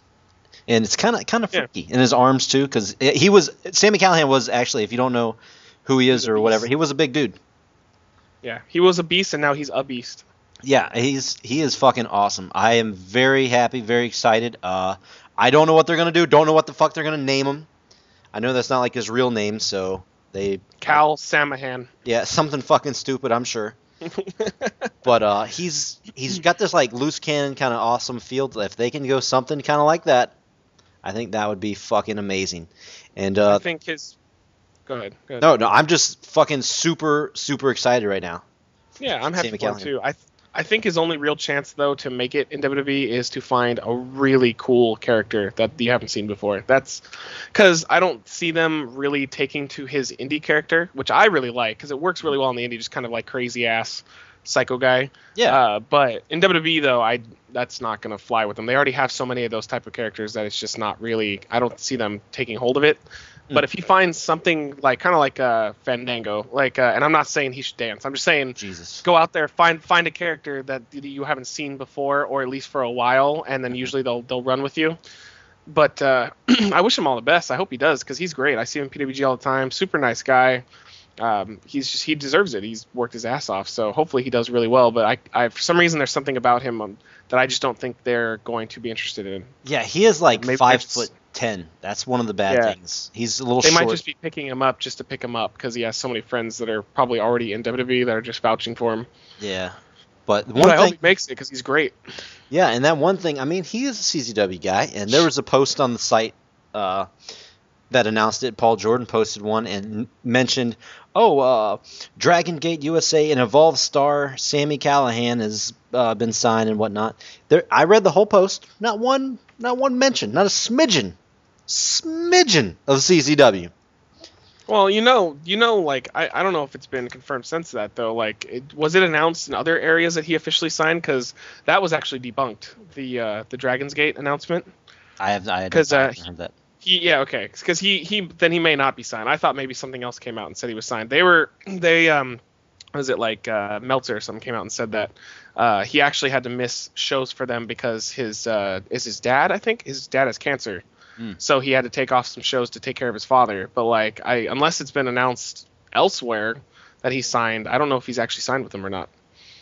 and it's kind of kind of
Yeah.
freaky and his arms too because he was Sammy Callahan was actually if you don't know who he is
a
or whatever
beast.
he was a big dude.
Yeah, he was a beast and now he's a beast.
Yeah, he's he is fucking awesome. I am very happy, very excited. Uh, I don't know what they're gonna do. Don't know what the fuck they're gonna name him. I know that's not like his real name, so they
Cal Samahan.
yeah something fucking stupid. I'm sure. But uh, he's he's got this like loose cannon kind of awesome field. If they can go something kind of like that, I think that would be fucking amazing. And
I
uh,
think his. Go ahead. Go ahead.
no, no, I'm just fucking super super excited right now.
Yeah, I'm happy
Sami
for him
Callihan.
too. I th- I think his only real chance though to make it in WWE is to find a really cool character that you haven't seen before. That's because I don't see them really taking to his indie character, which I really like because it works really well in the indie, just kind of like crazy ass psycho guy.
Yeah.
Uh, but in WWE though, I that's not gonna fly with them. They already have so many of those type of characters that it's just not really. I don't see them taking hold of it. But if he finds something like kind of like uh, Fandango, like, uh, and I'm not saying he should dance. I'm just saying
Jesus.
go out there find find a character that you haven't seen before or at least for a while
Mm-hmm.
and then usually they'll they'll run with you but uh, i wish him all the best i hope he does because he's great i see him in pwg all the time super nice guy um, he's just he deserves it he's worked his ass off so hopefully he does really well but i, I for some reason there's something about him um, that i just don't think they're going to be interested in
Yeah, he is like
Maybe
five
it's-
foot ten. That's one of the bad
Yeah.
things. He's a little
they
short.
might just be picking him up just to pick him up because he has so many friends that are probably already in wwe that are just vouching for him
Yeah. But
but
one
i hope
thing,
he makes it because he's great
yeah, and that one thing, I mean, he is a CZW guy, and there was a post on the site uh, that announced it. Paul Jordan posted one and mentioned, oh, uh, Dragon Gate USA and Evolve star Sammy Callahan has uh, been signed and whatnot. There, I read the whole post. Not one, not one mention, not a smidgen, smidgen of CZW.
Well, you know, you know, like I, I don't know if it's been confirmed since that though. Like, it, was it announced in other areas that he officially signed? Because that was actually debunked the uh, the Dragon's Gate announcement.
I have, I had
'Cause, uh,
heard that.
He, yeah, okay, because he he then he may not be signed. I thought maybe something else came out and said he was signed. They were they um was it like uh, Meltzer or something came out and said that uh, he actually had to miss shows for them because his uh, is his dad I think his dad has cancer,
Mm.
so he had to take off some shows to take care of his father. But like I unless it's been announced elsewhere that he signed, I don't know if he's actually signed with them or not.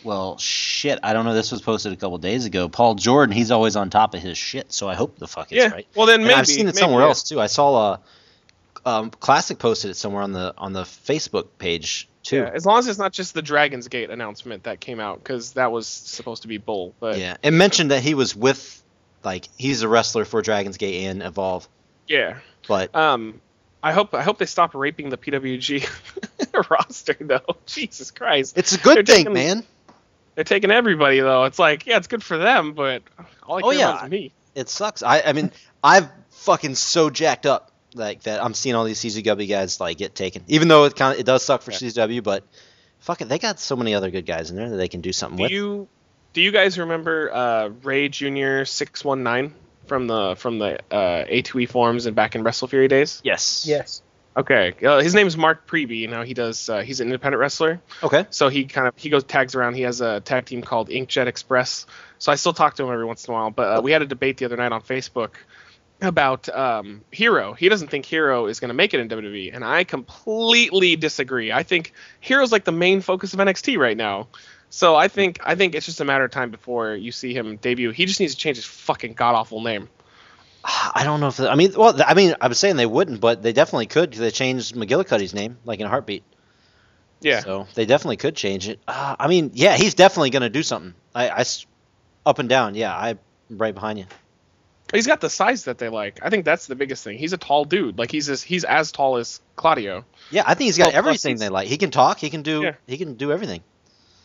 Well, shit. I don't know. This was posted a couple days ago. Paul Jordan, he's always on top of his shit, so I hope the fuck it's
yeah,
right.
well then
And
maybe
I've seen it
maybe,
somewhere
yeah.
else too. I saw a um, classic posted it somewhere on the on the Facebook page too.
Yeah, as long as it's not just the Dragon's Gate announcement that came out because that was supposed to be Bull, but
Yeah. It mentioned that he was with like he's a wrestler for Dragon's Gate and Evolve,
yeah.
but
Um, I hope I hope they stop raping the PWG roster though. Jesus Christ,
it's a good
they're
thing,
taking-
man.
they're taking everybody though. It's like yeah, it's good for them, but all I care
Oh, yeah.
about is me.
It sucks. I I mean, I've fucking so jacked up like that. I'm seeing all these CZW guys like get taken, even though it kind of it does suck for
Yeah.
CZW, but. Fuck it, they got so many other good guys in there that they can do something
Do
with.
you do you guys remember uh, Ray Junior six one nine from the from the uh, A2E forums and back in Wrestle Fury days?
Yes.
Yes.
Okay, uh, his name is Mark Preby. You know he does uh, he's an independent wrestler.
Okay.
So he kind of he goes tags around. He has a tag team called Inkjet Express. So I still talk to him every once in a while. But uh, we had a debate the other night on Facebook, about um, Hero. He doesn't think Hero is going to make it in WWE, and I completely disagree. I think Hero's like the main focus of NXT right now. So I think I think it's just a matter of time before you see him debut. He just needs to change his fucking god awful name.
I don't know if I mean well I mean I'm saying they wouldn't, but they definitely could. 'cause They changed McGillicuddy's name like in a heartbeat.
Yeah.
So they definitely could change it. Uh, I mean, yeah, he's definitely going to do something. I, I s- up and down. Yeah, I'm right behind you.
He's got the size that they like. I think that's the biggest thing. He's a tall dude. Like he's as, he's as tall as Claudio,
Yeah, I think he's got
Well, plus
everything
he's-
they like. He can talk. He can do.
Yeah.
He can do everything.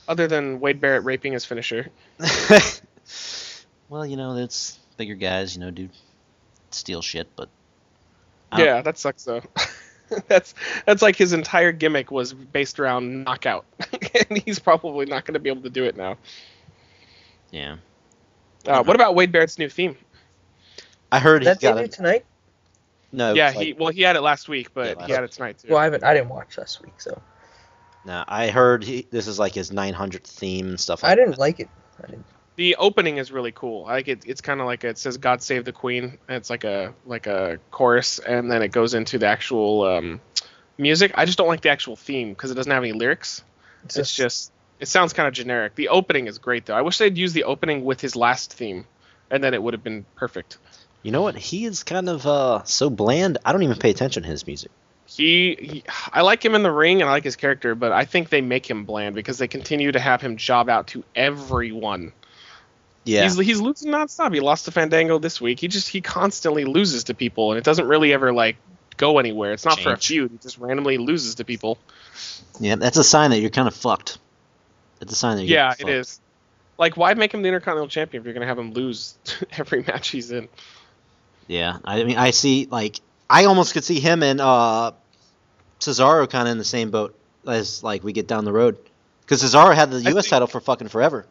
other than Wade Barrett raping his finisher.
well, you know, that's bigger guys. You know, dude, steal shit. But
Um,
I don't-
Yeah, that sucks though. that's that's like his entire gimmick was based around knockout, and he's probably not going to be able to do it now.
yeah,
Uh, what about Wade Barrett's new theme?
I heard he
That's
got
it
it.
tonight.
No,
yeah,
it's like-
he well he had it last week, but
Yeah,
he had it tonight too.
Well, I haven't. I didn't watch last week, so
no, I heard he, this is like his 900th theme and stuff. Like
I didn't
that.
like it. I didn't.
the opening is really cool. I like it, it's kind of like it says "God Save the Queen." And it's like a like a chorus, and then it goes into the actual um, music. I just don't like the actual theme because it doesn't have any lyrics.
It's
It's, just it sounds kind of generic. The opening is great though. I wish they'd use the opening with his last theme, and then it would have been perfect.
You know what? He is kind of uh, so bland. I don't even pay attention to his music.
He, he, I like him in the ring and I like his character, but I think they make him bland because they continue to have him job out to everyone.
Yeah.
He's he's losing nonstop. He lost to Fandango this week. He just he constantly loses to people, and it doesn't really ever like go anywhere. It's not for a
Change.
feud. He just randomly loses to people.
Yeah, that's a sign that you're kind of fucked. That's a sign that you're
Yeah,
kinda
it
fucked.
is. Like, why make him the Intercontinental Champion if you're gonna have him lose every match he's in?
Yeah, I mean, I see like I almost could see him and uh, Cesaro kind of in the same boat as like we get down the road because Cesaro had the U.S.
think-
title for fucking forever.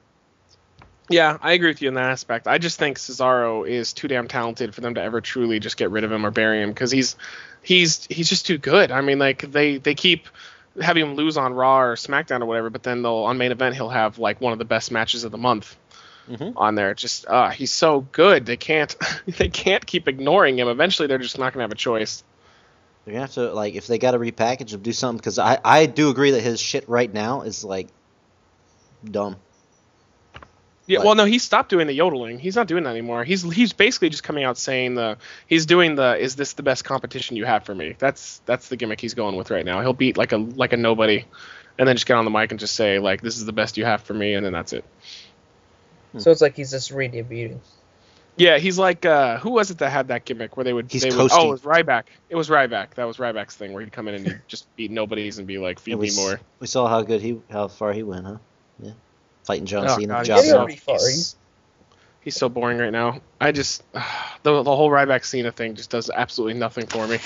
Yeah, I agree with you in that aspect. I just think Cesaro is too damn talented for them to ever truly just get rid of him or bury him because he's he's he's just too good. I mean, like they they keep having him lose on Raw or SmackDown or whatever, but then they'll on main event he'll have like one of the best matches of the month
Mhm.
on there. Just uh, he's so good they can't they can't keep ignoring him. Eventually, they're just not gonna have a choice.
They're gonna have to like if they got to repackage him, do something because I I do agree that his shit right now is like dumb.
Yeah,
Like-
well, no, he stopped doing the yodeling. He's not doing that anymore. He's he's basically just coming out saying the he's doing the is this the best competition you have for me? That's that's the gimmick he's going with right now. He'll beat like a like a nobody, and then just get on the mic and just say like this is the best you have for me, and then that's it.
So it's like he's just redebuting.
Yeah, he's like uh, who was it that had that gimmick where they would
He's
they would, oh
coasting.
it was Ryback. It was Ryback. That was Ryback's thing where he'd come in and he'd just beat nobodies and be like feed
And
me
we, s-
more.
we saw how good he how far he went, huh? Yeah, fighting John
Oh,
Cena.
God,
job
he's
done.
already far. He's-
He's so boring right now. I just the the whole Ryback Cena thing just does absolutely nothing for me.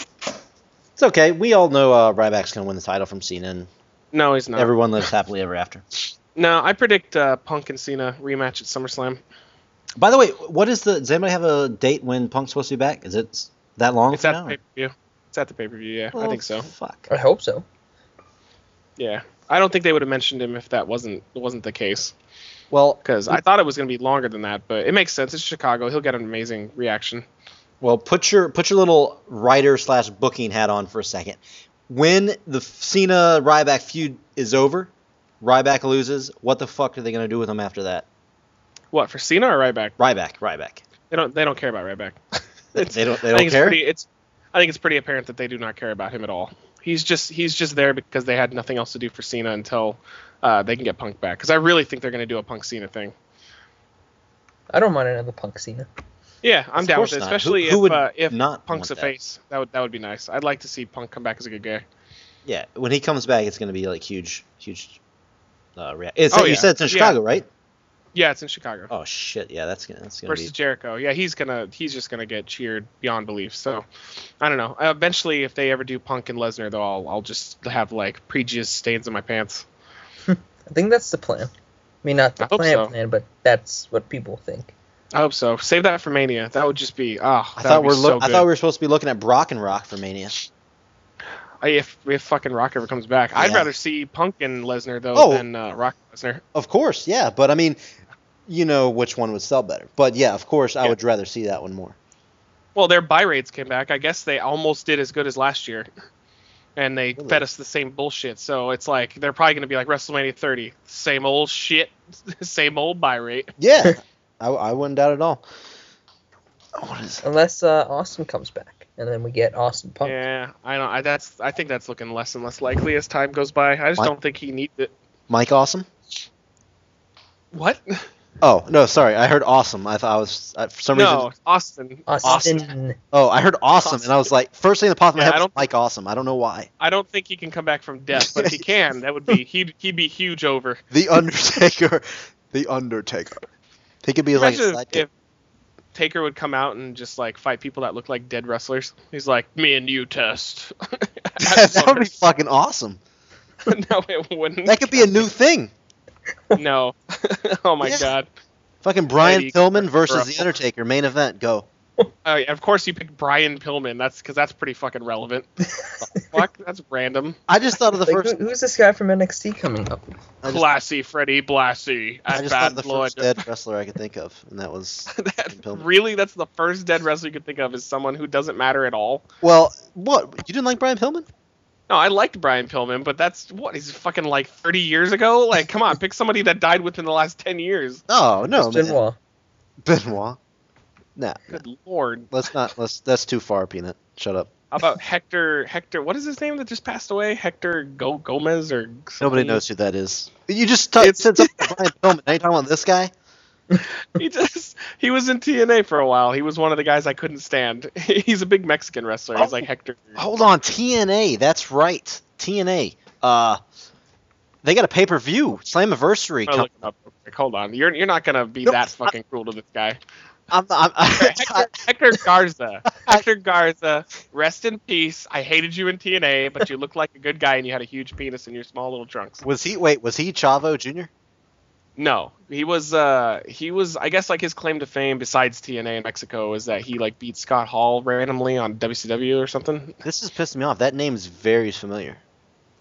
It's okay. We all know uh, Ryback's gonna win the title from Cena, and
No, he's not.
everyone lives happily ever after.
No, I predict uh, Punk and Cena rematch at SummerSlam.
By the way, what is the? Does anybody have a date when Punk's supposed to be back? Is it that long?
It's
from
at
now,
the
or-
pay per view. It's at the pay per view. Yeah, I
Well,
think so.
Fuck.
I hope so.
Yeah, I don't think they would have mentioned him if that wasn't wasn't the case.
Well,
Because I thought it was going to be longer than that, but it makes sense. It's Chicago. He'll get an amazing reaction.
well, put your put your little writer slash booking hat on for a second. When the Cena Ryback feud is over, Ryback loses. What the fuck are they gonna do with him after that?
What for Cena or Ryback?
Ryback, Ryback.
They don't they don't care about Ryback. It's-
They don't. They
I
don't
think
care.
It's pretty, it's I think it's pretty apparent that they do not care about him at all. He's just he's just there because they had nothing else to do for Cena until uh, they can get Punk back. Because I really think they're going to do a Punk Cena thing.
I don't mind another Punk Cena.
Yeah, I'm
Of
down
course
with it,
not.
especially
Who- who
if
would
uh, if
not
Punk's a
want that?
face. That would that would be nice. I'd like to see Punk come back as a good guy.
yeah, when he comes back, it's gonna be like huge, huge. Uh, rea- it's,
Oh,
you
yeah.
said it's in
Yeah.
Chicago, right?
Yeah, it's in Chicago
Oh shit, yeah, that's gonna that's gonna
versus
be.
Jericho. Yeah, he's gonna he's just gonna get cheered beyond belief. So I don't know. Eventually, if they ever do Punk and Lesnar, though, I'll I'll just have like pre-jizz stains in my pants.
I think that's the plan. I mean, not the
I hope
plan
so.
plan, but that's what people think.
I hope so. Save that for Mania. That would just be ah.
I
that
thought
would
we're
be
look.
so
I thought we
good.
were supposed to be looking at Brock and Rock for Mania.
I- if if fucking Rock ever comes back, I'd
Yeah.
rather see Punk and Lesnar though
Oh.
than uh, Rock and Lesnar.
Of course, yeah, but I mean, you know which one would sell better. But yeah, of course, I
Yeah.
would rather see that one more.
Well, their buy rates came back. I guess they almost did as good as last year, and they
Really?
fed us the same bullshit. So it's like they're probably going to be like WrestleMania 30, same old shit, same old buy rate.
Yeah, I, I wouldn't doubt it at all. What is
Unless uh, Austin comes back, and then we get Austin Punk.
Yeah, I don't. I that's. I think that's looking less and less likely as time goes by. I just
What?
don't think he needs it.
Mike Awesome?
What?
Oh no, sorry, I heard Awesome. I thought I was I, for some
No,
reason.
Austin.
Austin.
Oh, I heard Awesome, and I was like, first thing that popped in my
Yeah,
head
I
was
don't-
Mike Awesome. I don't know why.
I don't think he can come back from death, but if he can, that would be he'd he'd be huge over.
The Undertaker, the Undertaker. He could be like a
Imagine
sidekick.
if Taker would come out and just like fight people that look like dead wrestlers. He's like, me and you test.
that would be fucking awesome.
no, it wouldn't.
That could be a new thing.
no. oh my
Yeah.
god.
Fucking Brian
Maybe
Pillman
Kurt
versus
Russell.
the Undertaker main event. Go.
Oh, yeah, of course you picked Brian Pillman. That's because that's pretty fucking relevant. Fuck, that's random.
I just thought of the
Like,
first.
who- who's this guy from NXT coming up?
I just,
Classy Freddie Blassie.
I
At
just thought of
Bad
the
Blood.
first dead wrestler I could think of, and that was
That-
Pillman.
really, that's the first dead wrestler you could think of is someone who doesn't matter at all.
Well, what you didn't like Brian Pillman?
No, I liked Brian Pillman, but that's what he's fucking like 30 years ago. Like, come on, pick somebody that died within the last 10 years.
Oh no,
Austin
man.
Wall.
Benoit. Nah, nah.
Good lord.
let's not. Let's. That's too far, Peanut. Shut up.
How about Hector? Hector, what is his name that just passed away? Hector Go- Gomez or something?
Nobody knows who that is. You just t- said something about Brian Pillman. Now you're talking about this guy.
He just he was in TNA for a while. He was one of the guys I couldn't stand. He's a big Mexican wrestler. He's
Oh,
like Hector.
Hold on, TNA. That's right, TNA. Uh, they got a pay per view Slammiversary.
I'm
com-
gonna Oh, look him up real quick. Hold on, you're you're not gonna be
No,
that fucking cruel to this guy.
I'm, I'm,
Hector, Hector Garza, Hector Garza, rest in peace. I hated you in TNA, but you looked like a good guy and you had a huge penis in your small little trunks.
was he? Wait, was he Chavo Jr.?
No, he was uh he was I guess like his claim to fame besides TNA in Mexico is that he like beat Scott Hall randomly on WCW or something.
This is pissing me off. That name's very familiar.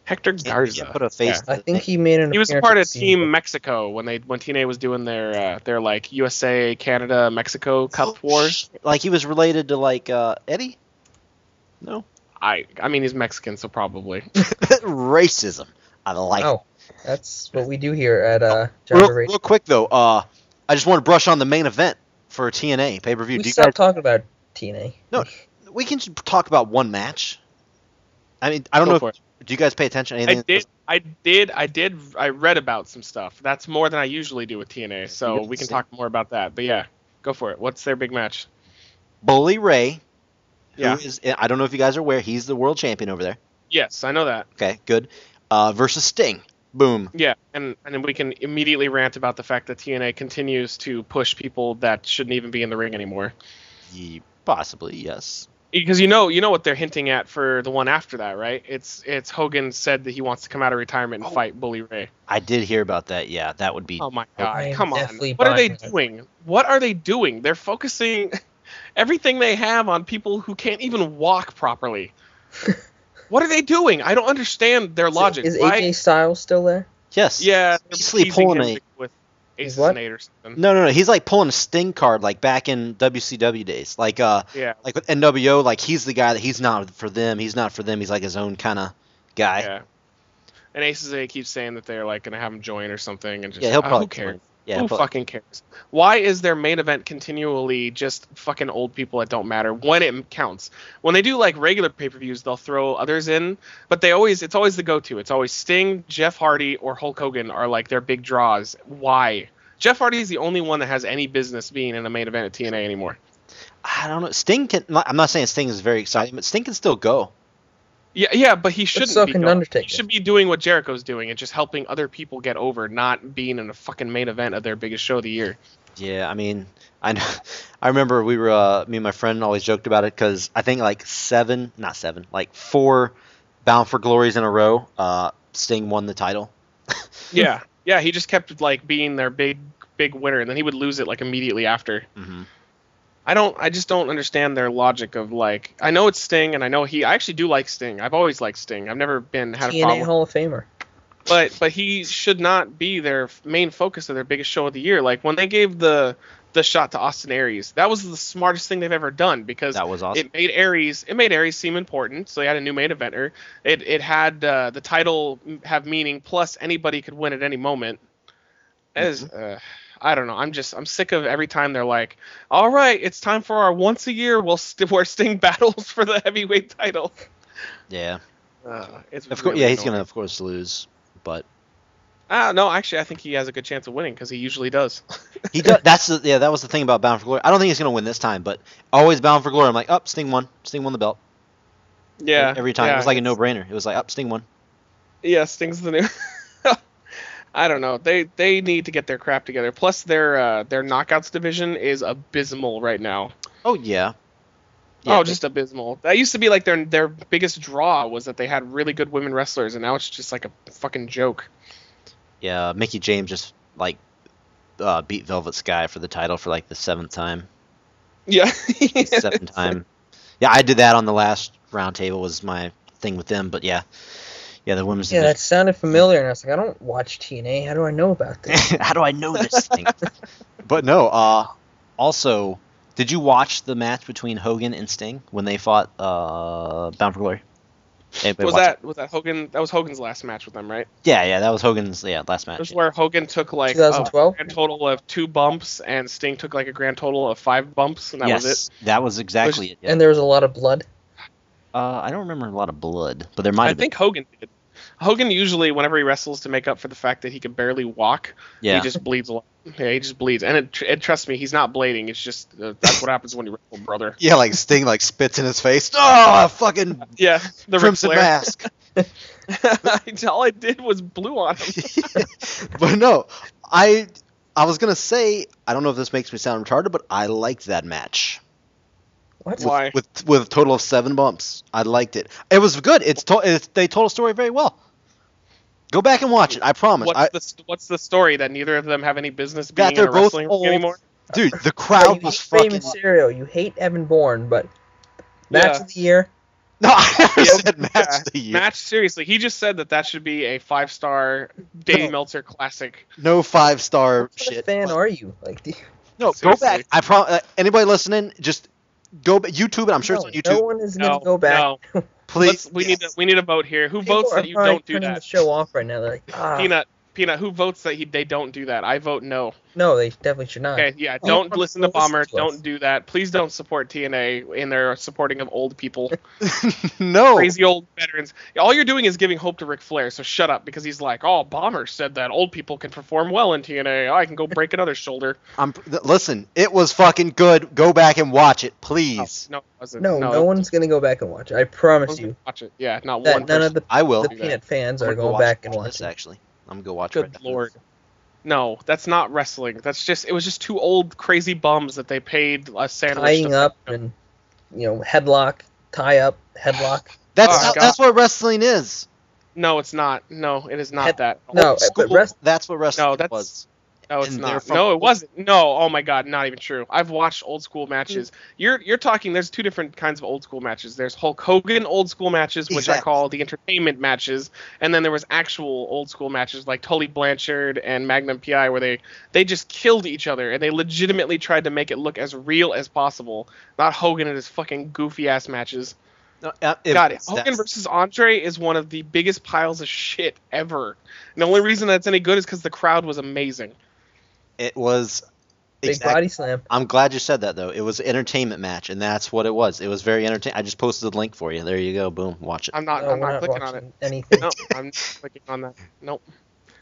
Hector
Can't,
Garza.
can't put a face.
I
to
think he made an.
he was a
appearance
part
at
of Team
Steamboat.
Mexico when they when TNA was doing their uh, their like USA Canada Mexico
Oh,
Oh,
Cup wars.
Like he was related to like uh, Eddie. No,
I I mean he's Mexican so probably.
racism. I like.
Oh, that's what we do here at uh.
real,
Java Radio.
real quick though, uh, I just want to brush on the main event for TNA pay per view.
we
Do you
stopped
guys?
talking about TNA.
No. We can just talk about one match. I mean, I don't
Go
know.
for
If, do you guys pay attention? to
I
Anything?
did I did I did I read about some stuff. That's more than I usually do with TNA, so
You're
we can
gonna
talk more about that. But yeah, go for it. What's their big match?
Bully Ray. who
Yeah.
is- I don't know if you guys are aware. He's the world champion over there.
Yes, I know that.
Okay, good. Uh, versus Sting. Boom.
Yeah, and and then we can immediately rant about the fact that TNA continues to push people that shouldn't even be in the ring anymore.
Ye- possibly yes.
because you know you know what they're hinting at for the one after that, right? It's it's Hogan said that he wants to come out of retirement and fight Bully Ray.
I did hear about that. Yeah, that would be.
Oh my
I
god,
am
come on!
definitely
What are they
buying that.
doing? What are they doing? They're focusing everything they have on people who can't even walk properly. what are they doing? I don't understand their logic.
Is
Why-
AJ Styles still there?
yes.
yeah, they're
He's like
teasing
pulling
him
a.
with aces
What?
and eight or something.
No, no, no. He's like pulling a Sting card, like back in WCW days, like uh,
Yeah,
like with NWO, like he's the guy that he's not for them. He's not for them. He's like his own kind of guy. Yeah,
yeah. And Aces and Eight keeps saying that they're like gonna have him join or something, and just
he'll
oh,
probably
who cares?
Yeah,
Who
he'll prob-
fucking cares? Why is their main event continually just fucking old people that don't matter when it counts? When they do like regular pay per views, they'll throw others in, but they always it's always the go to. It's always Sting, Jeff Hardy, or Hulk Hogan are like their big draws. Why? Jeff Hardy is the only one that has any business being in a main event at TNA anymore.
I don't know. Sting can. not- I'm not saying Sting is very exciting, but Sting can still go.
Yeah, yeah, but he shouldn't
so
be.
can
going.
Undertaker.
He should be doing what Jericho's doing and just helping other people get over, not being in a fucking main event of their biggest show of the year.
Yeah, I mean, I know, I remember we were uh, me and my friend always joked about it because I think like seven, not seven, like four Bound for Glories in a row. Uh, Sting won the title.
Yeah, yeah. He just kept like being their big, big winner, and then he would lose it like immediately after.
Mm-hmm.
I don't. I just don't understand their logic of like. I know it's Sting, and I know he. I actually do like Sting. I've always liked Sting. I've never been had a
TNA
problem.
Hall of Famer.
But but he should not be their f- main focus of their biggest show of the year. Like when they gave the the shot to Austin Aries. That was the smartest thing they've ever done because
That was awesome.
it made Aries it made Aries seem important. So they had a new main eventer. It it had uh, the title m- have meaning plus anybody could win at any moment. That is,
Mm-hmm.
uh, I don't know. I'm just I'm sick of every time they're like, all right, it's time for our once a year we'll st- where Sting battles for the heavyweight title.
yeah,
Uh, it's
of course.
really
Yeah, he's
annoying.
gonna of course lose, but
Ah, no, actually, I think he has a good chance of winning because he usually does.
he does. That's the, yeah. That was the thing about Bound for Glory. I don't think he's gonna win this time, but always Bound for Glory. I'm like, up, Sting won. Sting won the belt. e-,
yeah.
Every time
yeah,
it was like a no
it's-
brainer. It was like, up, Sting won.
Yeah, Sting's the new. I don't know. They they need to get their crap together. Plus their uh, their knockouts division is abysmal right now.
Oh yeah.
oh, just abysmal. That used to be like their their biggest draw was that they had really good women wrestlers, and now it's just like a fucking joke.
Yeah, Mickey James just like uh, beat Velvet Sky for the title for like the seventh time,
Yeah.
seventh time. Yeah, I did that on the last round table was my thing with them, but yeah, yeah, the women's.
Yeah, that
division.
sounded familiar, and I was like, I don't watch TNA. How do I know about this?
How do I know this thing? but no. Uh, also, did you watch the match between Hogan and Sting when they fought uh, Bound for Glory? Anybody
was
watch it?
that was that Hogan? That was Hogan's last match with them, right?
Yeah, yeah, that was Hogan's yeah last match.
That's where Hogan took like a
2012?
grand total of two bumps, and Sting took like a grand total of five bumps, and that
yes,
was
that was exactly it. yeah.
And there was a lot of blood.
uh, I don't remember a lot of blood, but there
it.
might
I
have been.
think Hogan did. Hogan usually, whenever he wrestles, to make up for the fact that he can barely walk,
Yeah,
He just bleeds a lot. Yeah, he just bleeds, and it, and trust me, he's not blading. It's just uh, that's what happens when you wrestle, brother.
Yeah, like Sting like spits in his face. Oh, fucking
Yeah, the Ric
crimson
Flair.
mask.
All I did was blew on him.
but no, I I was gonna say I don't know if this makes me sound retarded, but I liked that match
What?
Why?
with with a total of seven bumps. I liked it. It was good. It's, to, it's they told a story very well. Go back and watch it. I promise.
What's
I,
the st- what's the story that neither of them have any business being
that
in a
they're both
wrestling ring
old.
anymore?
Dude, the
Yeah,
crowd
you
was
hate Rey
fucking.
Mysterio. You hate Evan Bourne, but match
Yeah.
of the year.
No, I never
Yeah.
said match
Yeah.
of the year.
Match seriously, he just said that that should be a five star Dave
No.
Meltzer classic.
No five star
What kind
shit.
of fan are you? Like, do you-
No,
Seriously.
go back. I pro- uh, anybody listening, just go ba- YouTube it. I'm sure
no,
it's on YouTube.
no one is
No,
going to go back.
no.
Please,
Let's- we need to, we need a vote here. Who
People
votes
are
that you
probably
don't do
turning the
that?
show off right now. They're like, ah,
Peanut, peanut. Who votes that he, they don't do that? I vote no.
"Ah, no, they definitely should not.
Okay, yeah,
Oh,
don't
fuck,
listen to
don't listen
Bomber.
to us.
don't do that. Please don't support TNA in their supporting of old people,
no.
crazy old veterans. All you're doing is giving hope to Ric Flair, so shut up because he's like, oh, Bomber said that old people can perform well in TNA. I can go break another shoulder.
I'm th- listen. It was fucking good. Go back and watch it, please.
No, it wasn't.
No, no, one's going to go back and watch it. I promise
gonna
you
watch it. Yeah, not
that
one
none of
person.
the,
I will.
the
I'm
Peanut fans
gonna
are
go
going
watch-
back and
watch
watch
this,
it.
Actually, I'm gonna go watch.
Good
right now.
lord. No, that's not wrestling. That's just it was just two old crazy bums that they paid a sandwich.
Tying
to-
up and, you know, headlock, tie up, headlock.
That's
Oh,
how-
God.
that's what wrestling is.
No, it's not. No, it is not
Head-
that.
No,
School-
Oh, but rest,
that's what wrestling
No, that's-
was.
No, it's
and they're
not.
from-
no, it wasn't. No, oh my god, not even true. I've watched old
Mm.
school matches. You're you're talking. There's two different kinds of old school matches. There's Hulk Hogan old school matches, which I
Exactly.
call the entertainment matches, and then there was actual old school matches like Tully Blanchard and Magnum PI, where they they just killed each other and they legitimately tried to make it look as real as possible. Not Hogan and his fucking goofy ass matches.
No, uh, it
God,
was.
Hogan
That's-
versus Andre is one of the biggest piles of shit ever. And the only reason that's any good is because the crowd was amazing.
It was.
big
exact-
body slam.
I'm glad you said that though. It was an entertainment match, and that's what it was. It was very entertaining. I just posted the link for you. There you go. Boom. Watch it.
I'm not.
No,
I'm
Oh, we're
not,
not
clicking on it.
watching anything.
No, I'm not clicking on that. Nope.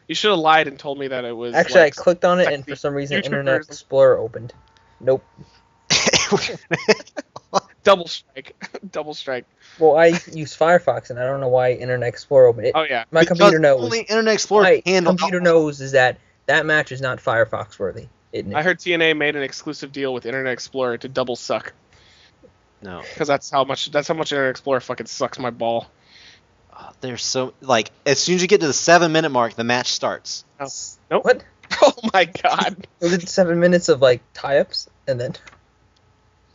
You should have lied and told me that it was.
Actually, I
like,
clicked on it, and
sexy
for some reason,
YouTubers.
Internet Explorer opened. Nope.
double strike. double strike.
Well, I use Firefox, and I don't know why Internet Explorer opened it.
Oh yeah.
my
Because
computer knows.
Only Internet Explorer
my
can
computer knows is that that match is not Firefox worthy. It,
I heard TNA made an exclusive deal with Internet Explorer to double suck
No.
because that's how much that's how much Internet Explorer fucking sucks my ball.
Oh, There's so like as soon as you get to the seven minute mark, the match starts.
No. Nope.
What?
Oh my god.
It was seven minutes of like tie-ups, and then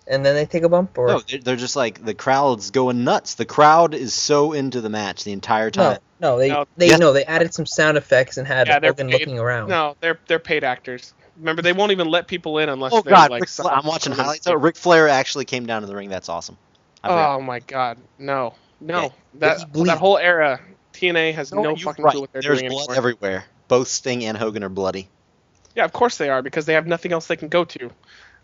and then they take a bump, or
No, they're, they're just like the crowd's going nuts. The crowd is so into the match the entire
no,
time.
no, they
No.
they
Yeah.
no, they added some sound effects and had
Yeah, they're
Hogan
paid.
looking around.
No, they're they're paid actors. Remember, they won't even let people in unless
Oh
they
God,
like.
Ric
sign
Fla- I'm watching
someone.
highlights. Oh, Ric Flair actually came down to the ring. That's awesome. I forgot.
Oh my God, no, no,
Yeah,
that
it's bleeding.
that whole era, TNA has no,
No, you're
fucking
right.
clue what they're
There's
doing
blood
anymore.
everywhere. Both Sting and Hogan are bloody.
Yeah, of course they are because they have nothing else they can go to.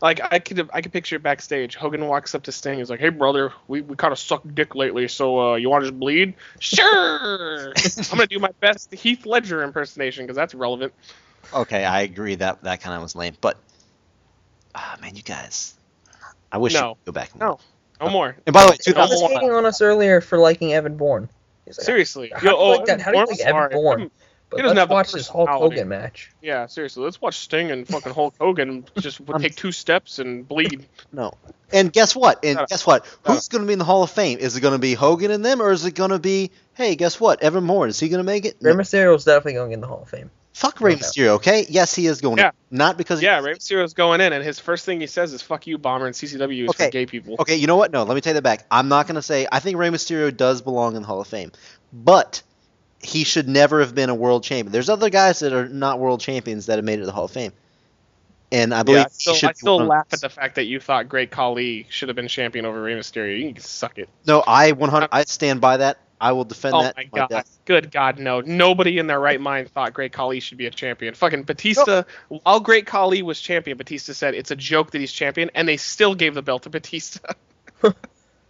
Like I could I could picture it backstage. Hogan walks up to Sting. He's like, "Hey brother, we, we kind of sucked dick lately, so uh, you want to just bleed? Sure. I'm gonna do my best Heath Ledger impersonation because that's relevant.
Okay, I agree that that kind of was lame, but ah, man, you guys, I wish you
No.
could go back. And
No. No more.
And by the way,
No
I was
2000,
more.
hating on us earlier for liking Evan Bourne. He's like,
Seriously. oh,
How do you like that? How do you
I'm
like Evan
sorry.
Bourne?
I'm-
but
he doesn't
let's
have the
watch this Hulk
personality.
Hogan match.
Yeah, seriously. Let's watch Sting and fucking Hulk Hogan just
I'm-
take two steps and bleed.
no. And guess what? And
Shut up.
guess what?
up.
Who's going to be in the Hall of Fame? Is it going to be Hogan and them, or is it going to be, hey, guess what? Evan Moore, is he going to make it?
Rey
No.
Mysterio's definitely going in the Hall of Fame.
Fuck Rey
No.
Mysterio, okay? Yes, he is going.
Yeah.
to. Not because.
Yeah, Rey Mysterio's going in, and his first thing he says is "fuck you, Bomber," and CCW is
Okay.
for gay people.
Okay, you know what? No, let me take that back. I'm not going to say. I think Rey Mysterio does belong in the Hall of Fame, but he should never have been a world champion. There's other guys that are not world champions that have made it to the Hall of Fame, and I believe
Yeah, I still,
he should.
I still
be one of
laugh
those.
at the fact that you thought Great Khali should have been champion over Rey Mysterio. You can suck it.
No, I 100. I stand by that. I will defend
oh
that.
my
to
god.
death.
Good god, no. Nobody in their right mind thought Great Khali should be a champion. Fucking Batista, while Great Khali was champion, Batista said it's a joke that he's champion, and they still gave the belt to Batista.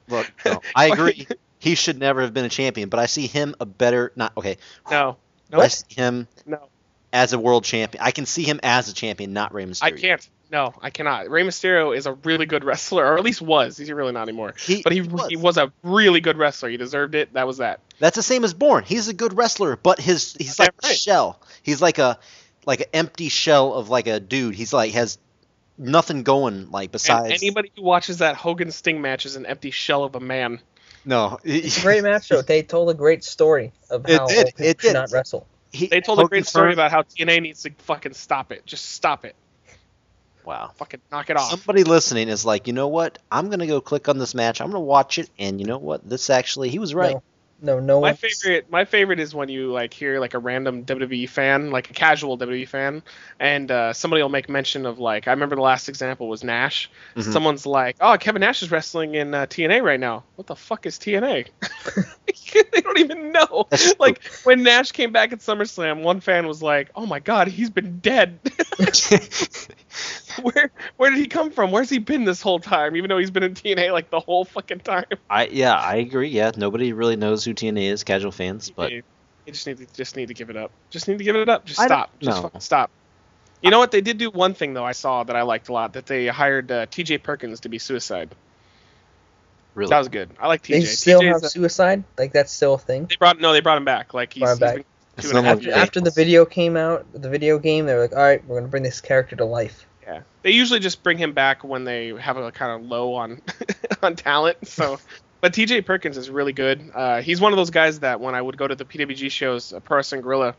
Look, no, I agree. he should never have been a champion, but I see him a better. Not okay.
No. No.
I see him
No.
as a world champion. I can see him as a champion, not Rey Mysterio.
I can't. No, I cannot. Rey Mysterio is a really good wrestler, or at least was. He's really not anymore.
He-
but he,
he was.
he was a really good wrestler. He deserved it. That was that.
That's the same as Bourne. He's a good wrestler, but his he's
Yeah,
like a
right.
shell. He's like a like an empty shell of like a dude. He's like has nothing going like
And
besides
anybody who watches that Hogan Sting match is an empty shell of a man.
no.
It's a great match though. They told a great story of
It
how
did,
old people
it
should
did.
not wrestle.
He-
They told a
Hogan
great story
Hearn-
about how TNA needs to fucking stop it. Just stop it.
wow.
Fucking knock it off.
Somebody listening is like, you know what? I'm gonna go click on this match. I'm gonna watch it, and you know what? This actually, he was right.
No, no, no
My
one.
favorite, my favorite is when you like hear like a random WWE fan, like a casual WWE fan, and uh, somebody will make mention of like I remember the last example was Nash.
Mhm.
Someone's like, "Oh, Kevin Nash is wrestling in uh, TNA right now." What the fuck is TNA? they don't even know.
That's true.
Like when Nash came back at SummerSlam, one fan was like, "Oh my god, he's been dead.
Mm-hmm.
where where did he come from? Where's he been this whole time? Even though he's been in TNA like the whole fucking time."
I yeah, I agree. Yeah, nobody really knows who TNA is, casual fans, but
you just need to just need to give it up. Just need to give it up. Just
I don't-
stop. Just
no.
fucking stop. You know what? They did do one thing though. I saw that I liked a lot. That they hired uh, T.J. Perkins to be Suicide.
really,
That was good. I like T.J.
They still
TJ 's
have
a-
suicide. Like that's still a thing.
they brought no. They brought him back. Like he's,
Brought him
he's
back.
been
It's
two and a
no
half
After,
longer-
years.
after the video came out, the video game, they were like, "All right, we're gonna bring this character to life."
Yeah. They usually just bring him back when they have a kind of low on on talent. So, but T.J. Perkins is really good. Uh, he's one of those guys that when I would go to the PWG shows, uh, Pro Wrestling Gorilla,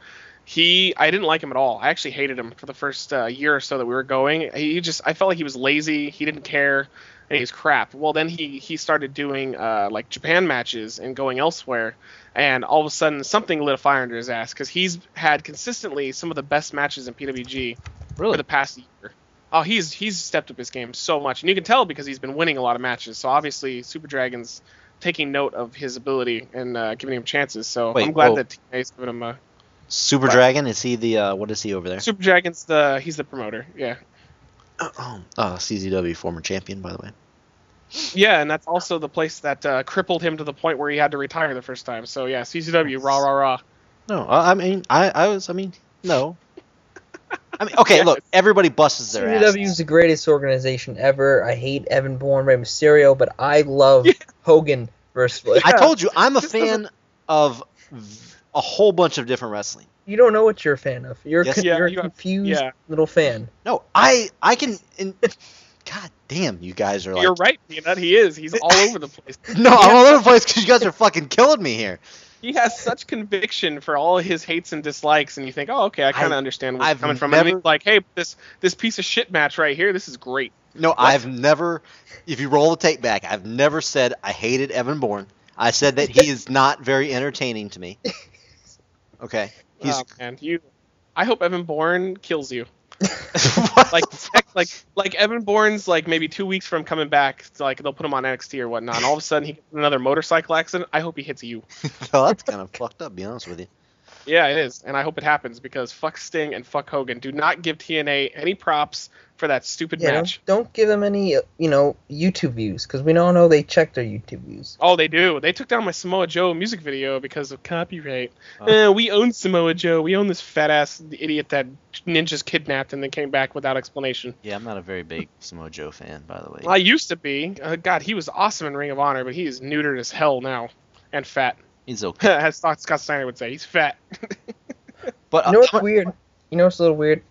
he I didn't like him at all. I actually hated him for the first uh, year or so that we were going. He just I felt like he was lazy. He didn't care. And he's crap. Well, then he he started doing uh, like Japan matches and going elsewhere, and all of a sudden something lit a fire under his ass because he's had consistently some of the best matches in PWG for
really.
the past year. Oh, he's he's stepped up his game so much, and you can tell because he's been winning a lot of matches. So obviously, Super Dragon's taking note of his ability and uh, giving him chances. So
Wait,
I'm glad
whoa.
that TNA's given him a
Super
Wow.
Dragon is he the uh, what is he over there?
Super Dragon's the he's the promoter. Yeah,
Oh, uh, CZW former champion, by the way.
yeah, and that's also the place that uh, crippled him to the point where he had to retire the first time. So yeah, CCW, rah rah rah.
No, I, I mean, I, I was, I mean, no. I mean, okay, look, everybody busts their ass.
CW is the greatest organization ever. I hate Evan Bourne, Rey Mysterio, but I love Hogan versus Flair.
I told you, I'm a
Just
fan of v- a whole bunch of different wrestling.
you don't know what you're a fan of. You're,
Yes,
con-
yeah,
you're
you
a
are-
confused
yeah.
little fan.
No, I, I can. And, God damn, you guys are like.
You're right, Peanut. He is. He's all over the place.
No, I'm all over the place because you guys are fucking killing me here.
He has such conviction for all his hates and dislikes, and you think, oh, okay, I kind of
I-
understand where
I've
he's coming from. And
never-
he's like, hey, this this piece of shit match right here, this is great.
No, I've never. If you roll the tape back, I've never said I hated Evan Bourne. I said that he is not very entertaining to me. Okay, he's
oh, man, you. I hope Evan Bourne kills you.
What
Like
the fuck?
heck, like like Evan Bourne's like maybe two weeks from coming back, it's like they'll put him on NXT or whatnot. And all of a sudden he gets in another motorcycle accident. I hope he hits you.
well, that's kind of fucked up. to Be honest with you.
Yeah, it is, and I hope it happens because fuck Sting and fuck Hogan. Do not give TNA any props for that stupid
Yeah,
match.
don't, don't give them any, uh, you know, YouTube views because we all know they check their YouTube views.
Oh, they do. They took down my Samoa Joe music video because of copyright.
Oh.
Eh, we own Samoa Joe. We own this fat ass idiot that ninjas kidnapped and then came back without explanation.
Yeah, I'm not a very big Samoa Joe fan, by the way.
I used to be. Uh, God, he was awesome in Ring of Honor, but he is neutered as hell now and fat.
He's okay.
as Scott Scott Steiner would say, he's fat.
But
You
uh,
know what's
how mu-
weird? You know what's a little weird?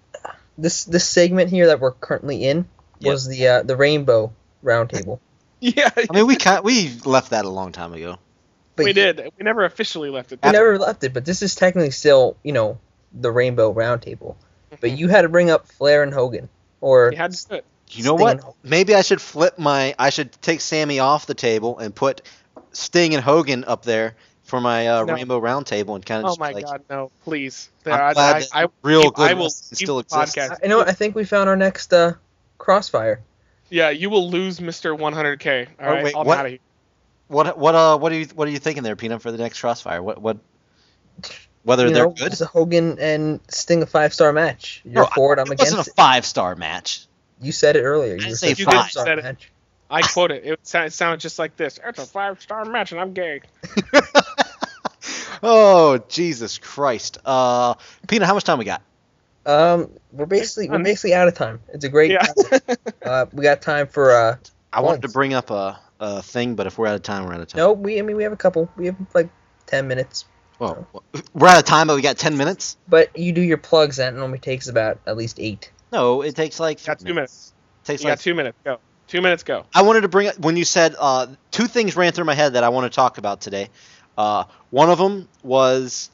This this segment here that we're currently in
Yep.
was the uh, the Rainbow Roundtable.
yeah,
I mean, we kind we left that a long time ago.
But
we did. We never officially left it.
We never left it, but this is technically still, you know, the Rainbow Roundtable. But you had to bring up Flair and Hogan, or
Mm-hmm. You had to do it.
You know
Sting
what?
and Hogan.
Maybe I should flip my. I should take Sammy off the table and put Sting and Hogan up there for my uh,
No.
Rainbow Round Table and kind of.
Oh
just
my
like,
god, no! Please,
I'm glad that real good wrestling still
the podcast.
exists.
You know what? I think we found our next uh, crossfire.
Yeah, you will lose Mr. 100K. All
Oh,
right,
wait,
I'm
what?
out of here.
What what uh what are you what are you thinking there, Peanut, for the next crossfire? What what? Whether
You
they're
know,
good.
it's a Hogan and Sting a five star match. You're
No, I-
for it. I'm
it
against
wasn't a
it.
five star match.
You said it earlier. You
didn't
were
say
saying
five.
five-star
Said it.
match.
I quote it. It, sound, it sounded just like this. It's a five star match, and I'm gay.
Oh Jesus Christ! Uh, Peanut, how much time we got?
Um, we're basically we're
Um,
basically out of time. It's a great.
Yeah.
uh, we got time for uh.
I wanted to
Once.
bring up a, a thing, but if we're out of time, we're out of time.
No, we I mean we have a couple. We have like ten minutes.
Well, we're out of time, but we got ten minutes.
But you do your plugs, and it only takes about at least eight.
No, it takes like
got two minutes.
It takes
You
like
got two minutes. Go. Two minutes. Go.
I wanted to bring up when you said uh, two things ran through my head that I want to talk about today. Uh, one of them was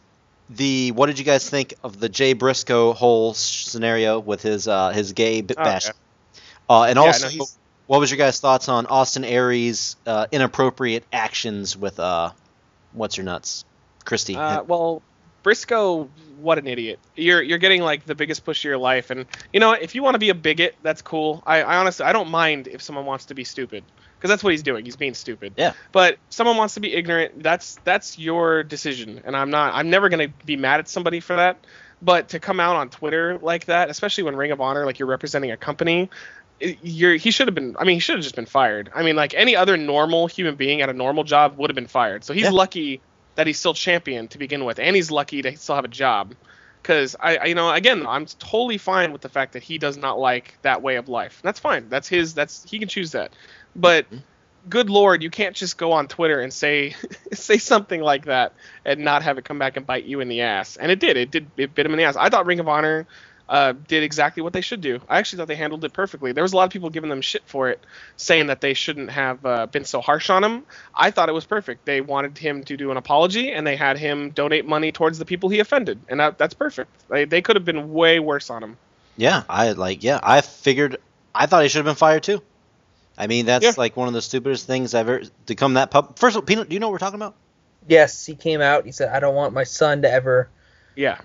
the what did you guys think of the Jay Briscoe whole scenario with his uh, his gay bit
Oh,
bash?
yeah.
Uh, and
Yeah,
also,
no, he's-
what was your guys' thoughts on Austin Aries' uh, inappropriate actions with uh, what's your nuts, Christy?
Uh, well, Briscoe, what an idiot! You're you're getting like the biggest push of your life, and you know what? if you want to be a bigot, that's cool. I, I honestly I don't mind if someone wants to be stupid because that's what he's doing. He's being stupid.
Yeah.
But if someone wants to be ignorant. That's that's your decision, and I'm not. I'm never gonna be mad at somebody for that. But to come out on Twitter like that, especially when Ring of Honor, like you're representing a company, it- you're he should have been. I mean, he should have just been fired. I mean, like any other normal human being at a normal job would have been fired. So he's
Yeah.
lucky that he's still champion to begin with, and he's lucky to still have a job. Because I, I, you know, again, I'm totally fine with the fact that he does not like that way of life. That's fine. That's his. That's he can choose that. But good lord, you can't just go on Twitter and say say something like that and not have it come back and bite you in the ass. And it did. It did. It bit him in the ass. I thought Ring of Honor uh, did exactly what they should do. I actually thought they handled it perfectly. There was a lot of people giving them shit for it, saying that they shouldn't have uh, been so harsh on him. I thought it was perfect. They wanted him to do an apology, and they had him donate money towards the people he offended, and that, that's perfect. They, they could have been way worse on him.
Yeah, I like. Yeah, I figured. I thought he should have been fired too. I mean, that's
Yeah.
like one of the stupidest things I've ever to come that pub. First of all, Peanut, do you know what we're talking about?
Yes, he came out. He said, "I don't want my son to ever."
Yeah.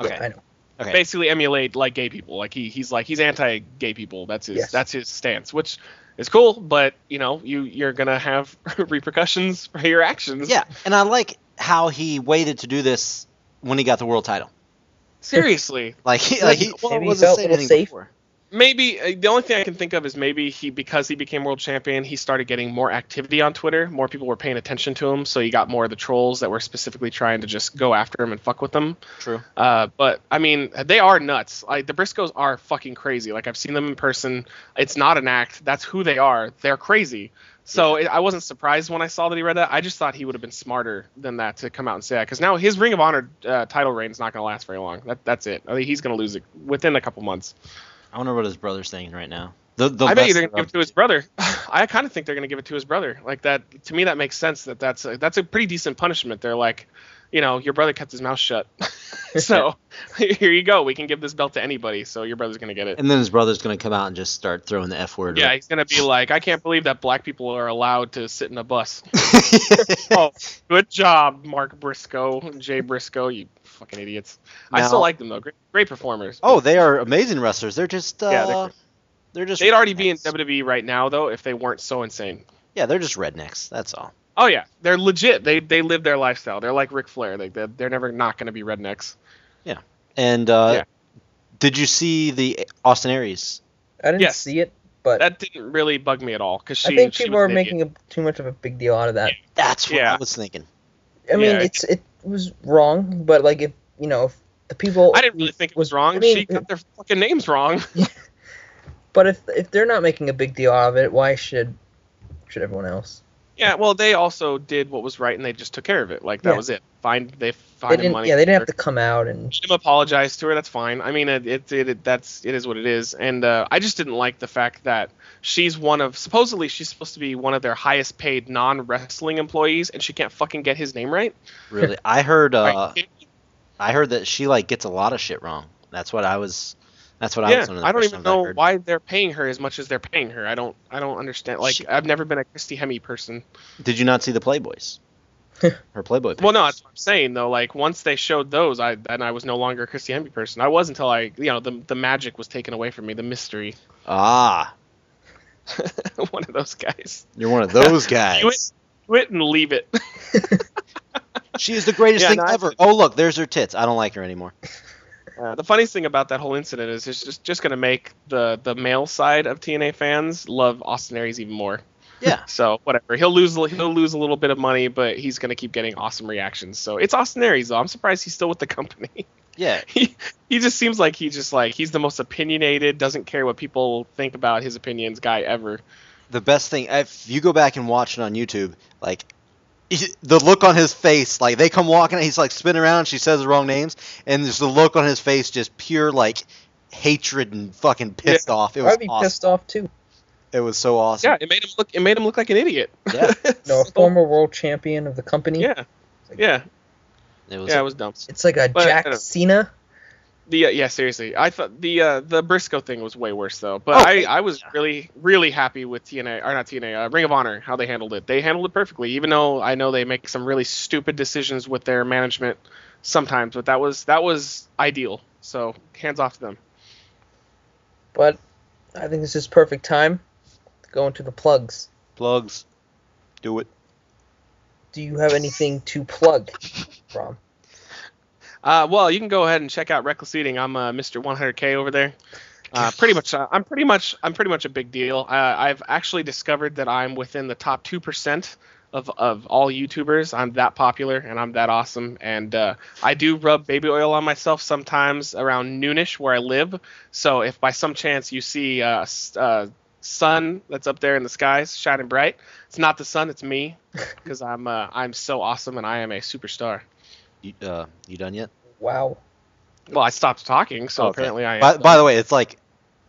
Okay.
I know.
Okay.
basically emulate like gay people. Like he he's like he's anti gay people. That's his
Yes.
that's his stance, which is cool, but you know, you you're gonna have repercussions for your actions.
Yeah, and I like how he waited to do this when he got the world title.
Seriously.
Like he, like he
Maybe he
wasn't
felt
saying
a little
anything
safe.
before.
maybe uh, the only thing I can think of is maybe he because he became world champion, he started getting more activity on Twitter. More people were paying attention to him, so you got more of the trolls that were specifically trying to just go after him and fuck with him.
True.
Uh, but I mean, they are nuts. Like the Briscoes are fucking crazy. Like I've seen them in person. It's not an act. That's who they are. They're crazy. So it, I wasn't surprised when I saw that he read that. I just thought he would have been smarter than that to come out and say that. Because now his Ring of Honor uh, title reign is not going to last very long. That, that's it. I think he's going to lose it within a couple months.
I wonder what his brother's saying right now. The, the
I bet you
lesser
they're gonna give
of-
it to his brother. I kind of think they're gonna give it to his brother. Like that to me, that makes sense. That that's a, that's a pretty decent punishment. They're like, you know, your brother kept his mouth shut. so here you go. We can give this belt to anybody. So your brother's gonna get it.
And then his brother's gonna come out and just start throwing the f word.
yeah, he's gonna be like, I can't believe that black people are allowed to sit in a bus. oh, good job, Mark Briscoe, Jay Briscoe, you fucking idiots. I
Now-
still like them though. Great, great performers.
oh, they are amazing wrestlers. They're just uh,
Yeah, they're
they're,
great.
just
they'd already be in E.
rednecks.
WWE right now though if they weren't so insane.
Yeah, they're just rednecks. That's all.
Oh yeah, they're legit. They they live their lifestyle. They're like Ric Flair. They they're, they're never not gonna be rednecks.
And uh,
Yeah.
did you see the Austin Aries?
I didn't
Yes.
see it, but
That didn't really bug me at all because she.
I think
she
people
was
are
an idiot.
making a, too much of a big deal out of that.
That's what
Yeah.
I was thinking.
I mean,
Yeah,
it's it was wrong, but like if you know if the people,
I didn't really think it was wrong.
I mean,
she got their fucking names wrong.
but if if they're not making a big deal out of it, why should should everyone else?
yeah, well, they also did what was right and they just took care of it. Like that
Yeah.
was it. Find they find
They
him
didn't,
money.
yeah, they didn't have to come out and
Jim apologized to her. That's fine. I mean, it, it, it, that's it is what it is. And uh, I just didn't like the fact that she's one of supposedly she's supposed to be one of their highest paid non wrestling employees, and she can't fucking get his name right.
Really, I heard.
Are you
Uh,
kidding me?
I heard that she like gets a lot of shit wrong. That's what I was. That's what I
yeah,
was. under the
I don't
impression
even
of. I
know
heard.
why they're paying her as much as they're paying her. I don't I don't understand. Like
She-
I've never been a Christy Hemme person.
Did you not see the Playboys? Her Playboy.
Well,
pictures.
no, that's what I'm saying though. Like once they showed those, I then I was no longer a Christy Hemme person. I was until I, you know, the the magic was taken away from me, the mystery.
Ah,
One of those guys.
you're one of those
Do it,
guys.
do it and leave it.
she is the greatest
Yeah,
thing
no, I-
ever. Oh look, there's her tits. I don't like her anymore.
Uh, the funniest thing about that whole incident is it's just just gonna make the the male side of TNA fans love Austin Aries even more.
Yeah.
So whatever, he'll lose he'll lose a little bit of money, but he's gonna keep getting awesome reactions. So it's Austin Aries though. I'm surprised he's still with the company.
Yeah.
he he just seems like he just like he's the most opinionated, doesn't care what people think about his opinions guy ever.
The best thing if you go back and watch it on YouTube, like he- the look on his face, like they come walking, he's like spinning around. She says the wrong names, and there's the look on his face, just pure like hatred and fucking pissed off. It was
I'd be
awesome.
pissed off too.
It was so awesome.
Yeah, it made him look it made him look like an idiot.
Yeah.
No, a
So-
former world champion of the company.
Yeah. Yeah,
It was.
yeah, it was dumb.
It's like a
But, I
Jack
don't know.
Cena.
The uh, yeah, seriously, I thought the uh, the Briscoe thing was way worse though. But
Oh,
I,
yeah.
I was really really happy with TNA or not TNA uh, Ring of Honor how they handled it. They handled it perfectly, even though I know they make some really stupid decisions with their management sometimes. But that was that was ideal. So hands off to them.
But I think this is perfect time to go into the plugs.
plugs. Do it.
Do you have anything to plug from?
Uh, well, you can go ahead and check out Reckless Eating. I'm uh, Mr. 100K over there. Uh, pretty much, uh, I'm pretty much, I'm pretty much a big deal. Uh, I've actually discovered that I'm within the top two percent of of all YouTubers. I'm that popular and I'm that awesome. And uh, I do rub baby oil on myself sometimes around noonish where I live. So if by some chance you see uh, s- uh, sun that's up there in the skies shining bright, it's not the sun, it's me, because I'm uh, I'm so awesome and I am a superstar.
You, uh, you done yet?
Wow.
Well, I stopped talking, so
Okay.
Oh, apparently I.
By, by the way, it's like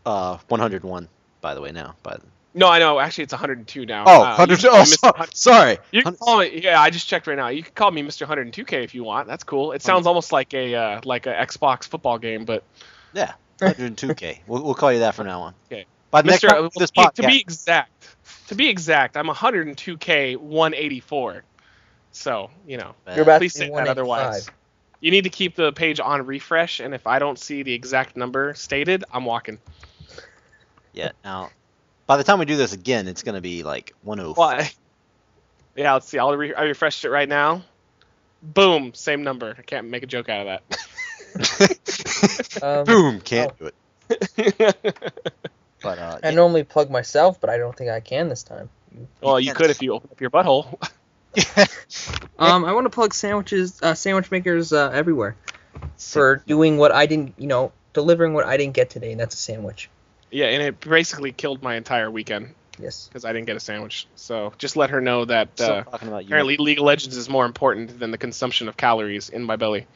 uh, 101. By the way, now. By
no, I know. Actually, it's 102 now.
oh,
Uh,
100
You,
oh,
you missed
so-
100
sorry.
you can
Hun-
call me. Yeah, I just checked right now. You can call me Mr. 102K if you want. That's cool. It sounds almost like a uh, like a Xbox football game, but
yeah, 102k. we'll, we'll call you that from now on.
Okay.
By the next
Mr.
time
uh,
we do this
to
podcast-
be exact, to be exact, I'm 102K 184. So you know,
uh,
You're about
please say that
185.
otherwise. You need to keep the page on refresh, and if I don't see the exact number stated, I'm walking.
Yeah. Now, by the time we do this again, it's gonna be like 104.
Well, I- yeah, let's see. I'll re- I refreshed it right now. Boom, same number. I can't make a joke out of
Um,
Boom. Can't
oh.
do it.
that.
But uh,
I
yeah.
normally plug myself, but I don't think I can this time.
well, you
can't.
could if you open up your butthole.
Um, I want to plug sandwiches, uh, sandwich makers uh, everywhere for doing what I didn't, you know, delivering what I didn't get today, and that's a sandwich.
yeah, and it basically killed my entire weekend
Yes.
because I didn't get a sandwich. So just let her know that
Stop
uh,
talking about you.
apparently League of Legends is more important than the consumption of calories in my belly.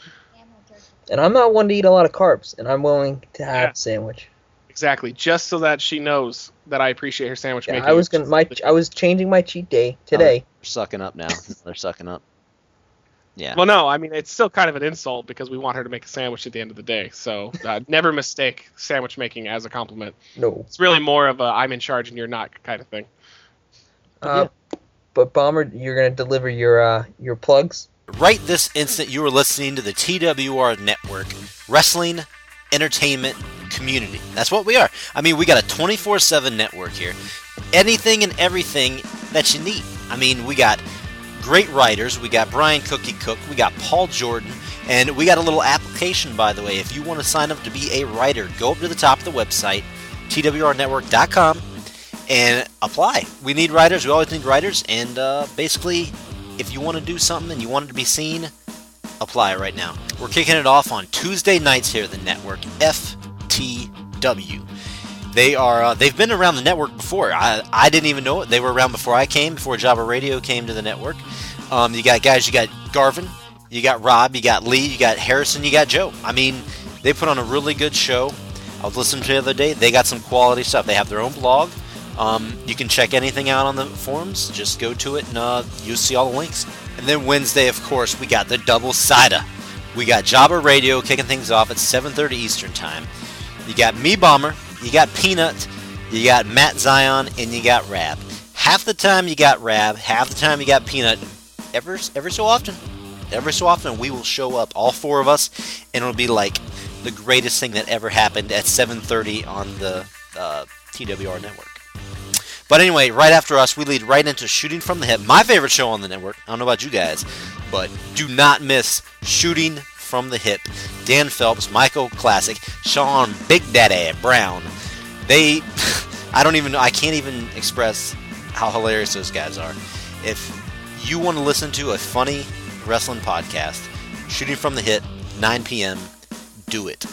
And I'm not one to eat a lot of carbs, and I'm willing to have
Yeah.
a sandwich.
Exactly. Just so that she knows that I appreciate her sandwich
Yeah,
making.
I was gonna my I was changing my cheat day today.
They're sucking up now. They're sucking up. Yeah.
Well, no, I mean it's still kind of an insult because we want her to make a sandwich at the end of the day. So uh, never mistake sandwich making as a compliment.
No.
It's really more of a I'm in charge and you're not kind of thing.
Uh, But Bomber, you're gonna deliver your uh, your plugs.
Right this instant, you are listening to the TWR Network Wrestling Entertainment Community. That's what we are. I mean, we got a 24 7 network here. Anything and everything that you need. I mean, we got great writers. We got Brian Cookie Cook. We got Paul Jordan. And we got a little application, by the way. If you want to sign up to be a writer, go up to the top of the website, twrnetwork.com, and apply. We need writers. We always need writers. And uh, basically, if you want to do something and you want it to be seen, apply right now. We're kicking it off on Tuesday nights here at the network, FTW. They are uh, they've been around the network before. I, I didn't even know it. They were around before I came, before Java Radio came to the network. Um, you got guys, you got Garvin, you got Rob, you got Lee, you got Harrison, you got Joe. I mean, they put on a really good show. I was listening to the other day. They got some quality stuff. They have their own blog. Um, you can check anything out on the forums. Just go to it and uh, you'll see all the links. And then Wednesday, of course, we got the double sida. We got Java Radio kicking things off at 7:30 Eastern Time. You got Me Bomber, you got Peanut, you got Matt Zion, and you got Rab. Half the time you got Rab, half the time you got Peanut. Ever, every so often, every so often we will show up, all four of us, and it'll be like the greatest thing that ever happened at 7:30 on the uh, TWR network. But anyway, right after us, we lead right into Shooting from the Hip, my favorite show on the network. I don't know about you guys, but do not miss Shooting from the Hip. Dan Phelps, Michael Classic, Sean Big Daddy Brown. They, I don't even, I can't even express how hilarious those guys are. If you want to listen to a funny wrestling podcast, Shooting from the Hip, 9 p.m., do it.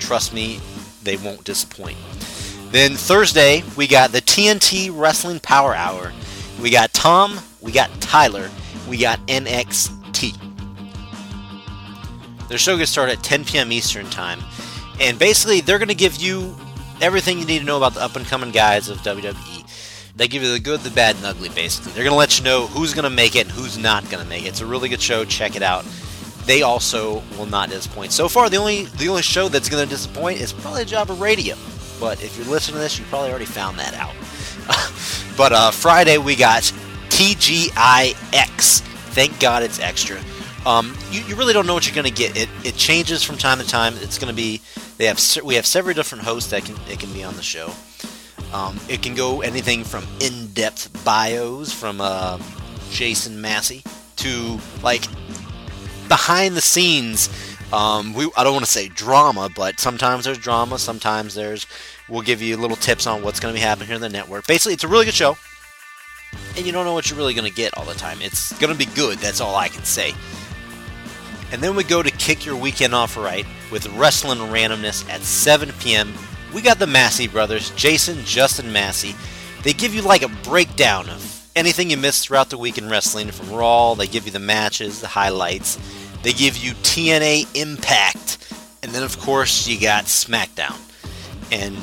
Trust me, they won't disappoint. Then Thursday, we got the TNT Wrestling Power Hour. We got Tom, we got Tyler, we got NXT. Their show gets started at 10 p.m. Eastern Time. And basically, they're going to give you everything you need to know about the up and coming guys of WWE. They give you the good, the bad, and ugly, basically. They're going to let you know who's going to make it and who's not going to make it. It's a really good show. Check it out. They also will not disappoint. So far, the only the only show that's going to disappoint is probably Java Radio. But if you're listening to this, you probably already found that out. but uh, Friday we got TGIX. Thank God it's extra. Um, you, you really don't know what you're going to get. It, it changes from time to time. It's going to be they have se- we have several different hosts that can it can be on the show. Um, it can go anything from in-depth bios from uh, Jason Massey to like behind the scenes. Um, we I don't want to say drama, but sometimes there's drama. Sometimes there's we'll give you little tips on what's going to be happening here in the network. Basically, it's a really good show, and you don't know what you're really going to get all the time. It's going to be good. That's all I can say. And then we go to kick your weekend off right with wrestling randomness at 7 p.m. We got the Massey brothers, Jason, Justin Massey. They give you like a breakdown of anything you missed throughout the week in wrestling from Raw. They give you the matches, the highlights. They give you TNA Impact. And then, of course, you got SmackDown. And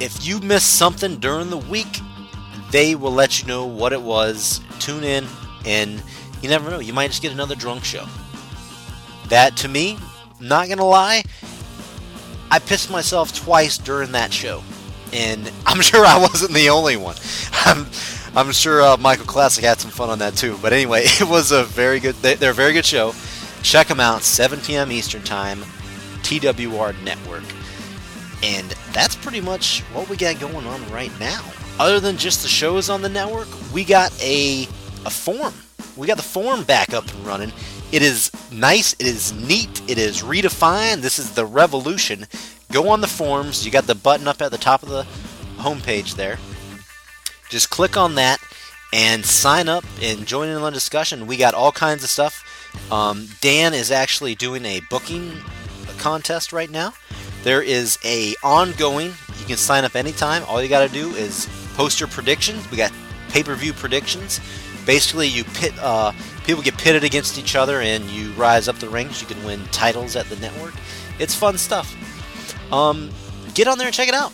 if you miss something during the week, they will let you know what it was. Tune in, and you never know. You might just get another drunk show. That to me, not gonna lie, I pissed myself twice during that show, and I'm sure I wasn't the only one. I'm, I'm sure uh, Michael Classic had some fun on that too. But anyway, it was a very good. They, they're a very good show. Check them out, 7 p.m. Eastern Time, TWR Network, and that's pretty much what we got going on right now. Other than just the shows on the network, we got a a form. We got the form back up and running. It is nice. It is neat. It is redefined. This is the revolution. Go on the forms. You got the button up at the top of the homepage there. Just click on that and sign up and join in on the discussion. We got all kinds of stuff. Um, Dan is actually doing a booking contest right now. There is a ongoing. You can sign up anytime. All you got to do is post your predictions. We got pay-per-view predictions. Basically, you pit uh, people get pitted against each other, and you rise up the ranks. You can win titles at the network. It's fun stuff. Um, get on there and check it out.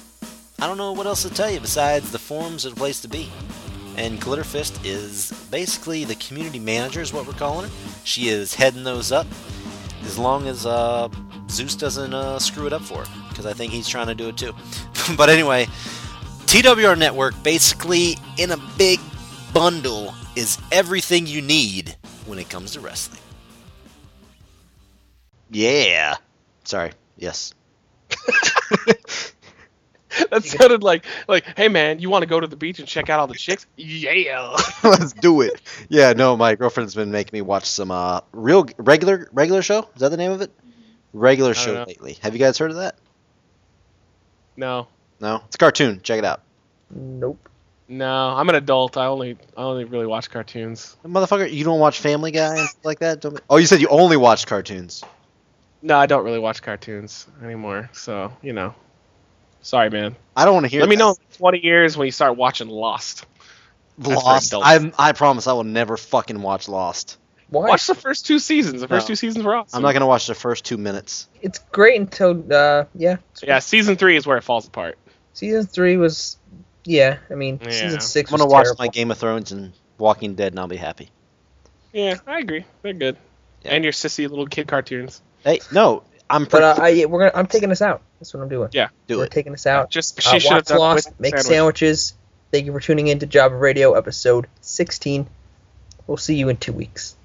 I don't know what else to tell you besides the forums are the place to be. And Glitterfist is basically the community manager, is what we're calling her. She is heading those up as long as uh, Zeus doesn't uh, screw it up for her, because I think he's trying to do it too. but anyway, TWR Network basically in a big bundle is everything you need when it comes to wrestling. Yeah. Sorry. Yes.
That sounded like like, hey man, you want to go to the beach and check out all the chicks? Yeah.
Let's do it. Yeah, no, my girlfriend's been making me watch some uh real regular regular show. Is that the name of it? Regular
don't
show
know.
lately. Have you guys heard of that?
No,
No. It's a cartoon. Check it out.
Nope.
no, I'm an adult. I only I only really watch cartoons.
Motherfucker, you don't watch Family Guy and stuff like that? Don't oh, you said you only watch cartoons.
No, I don't really watch cartoons anymore. So you know, sorry man.
I don't want to hear.
Let me
that.
know in 20 years when you start watching Lost. for
Lost.
adults.
I I promise I will never fucking watch Lost.
Why?
Watch the first two seasons. The first
No.
two seasons were awesome.
I'm not gonna watch the first two minutes.
It's great until uh, yeah. it's-
Yeah, season three is where it falls apart.
Season three was yeah. I mean,
Yeah.
season six.
I'm gonna
was
watch
terrible.
my Game of Thrones and Walking Dead, and I'll be happy.
Yeah, I agree. They're good.
Yeah.
And your sissy little kid cartoons.
Hey, no, I'm
But
pretty
uh, I we're gonna I'm taking this out. That's what I'm doing.
Yeah,
do
we're
it.
taking this out.
Just
Uh,
she should have
watch
done
Lost,
with
make
sandwich.
sandwiches. Thank you for tuning in to Java Radio episode 16. We'll see you in two weeks.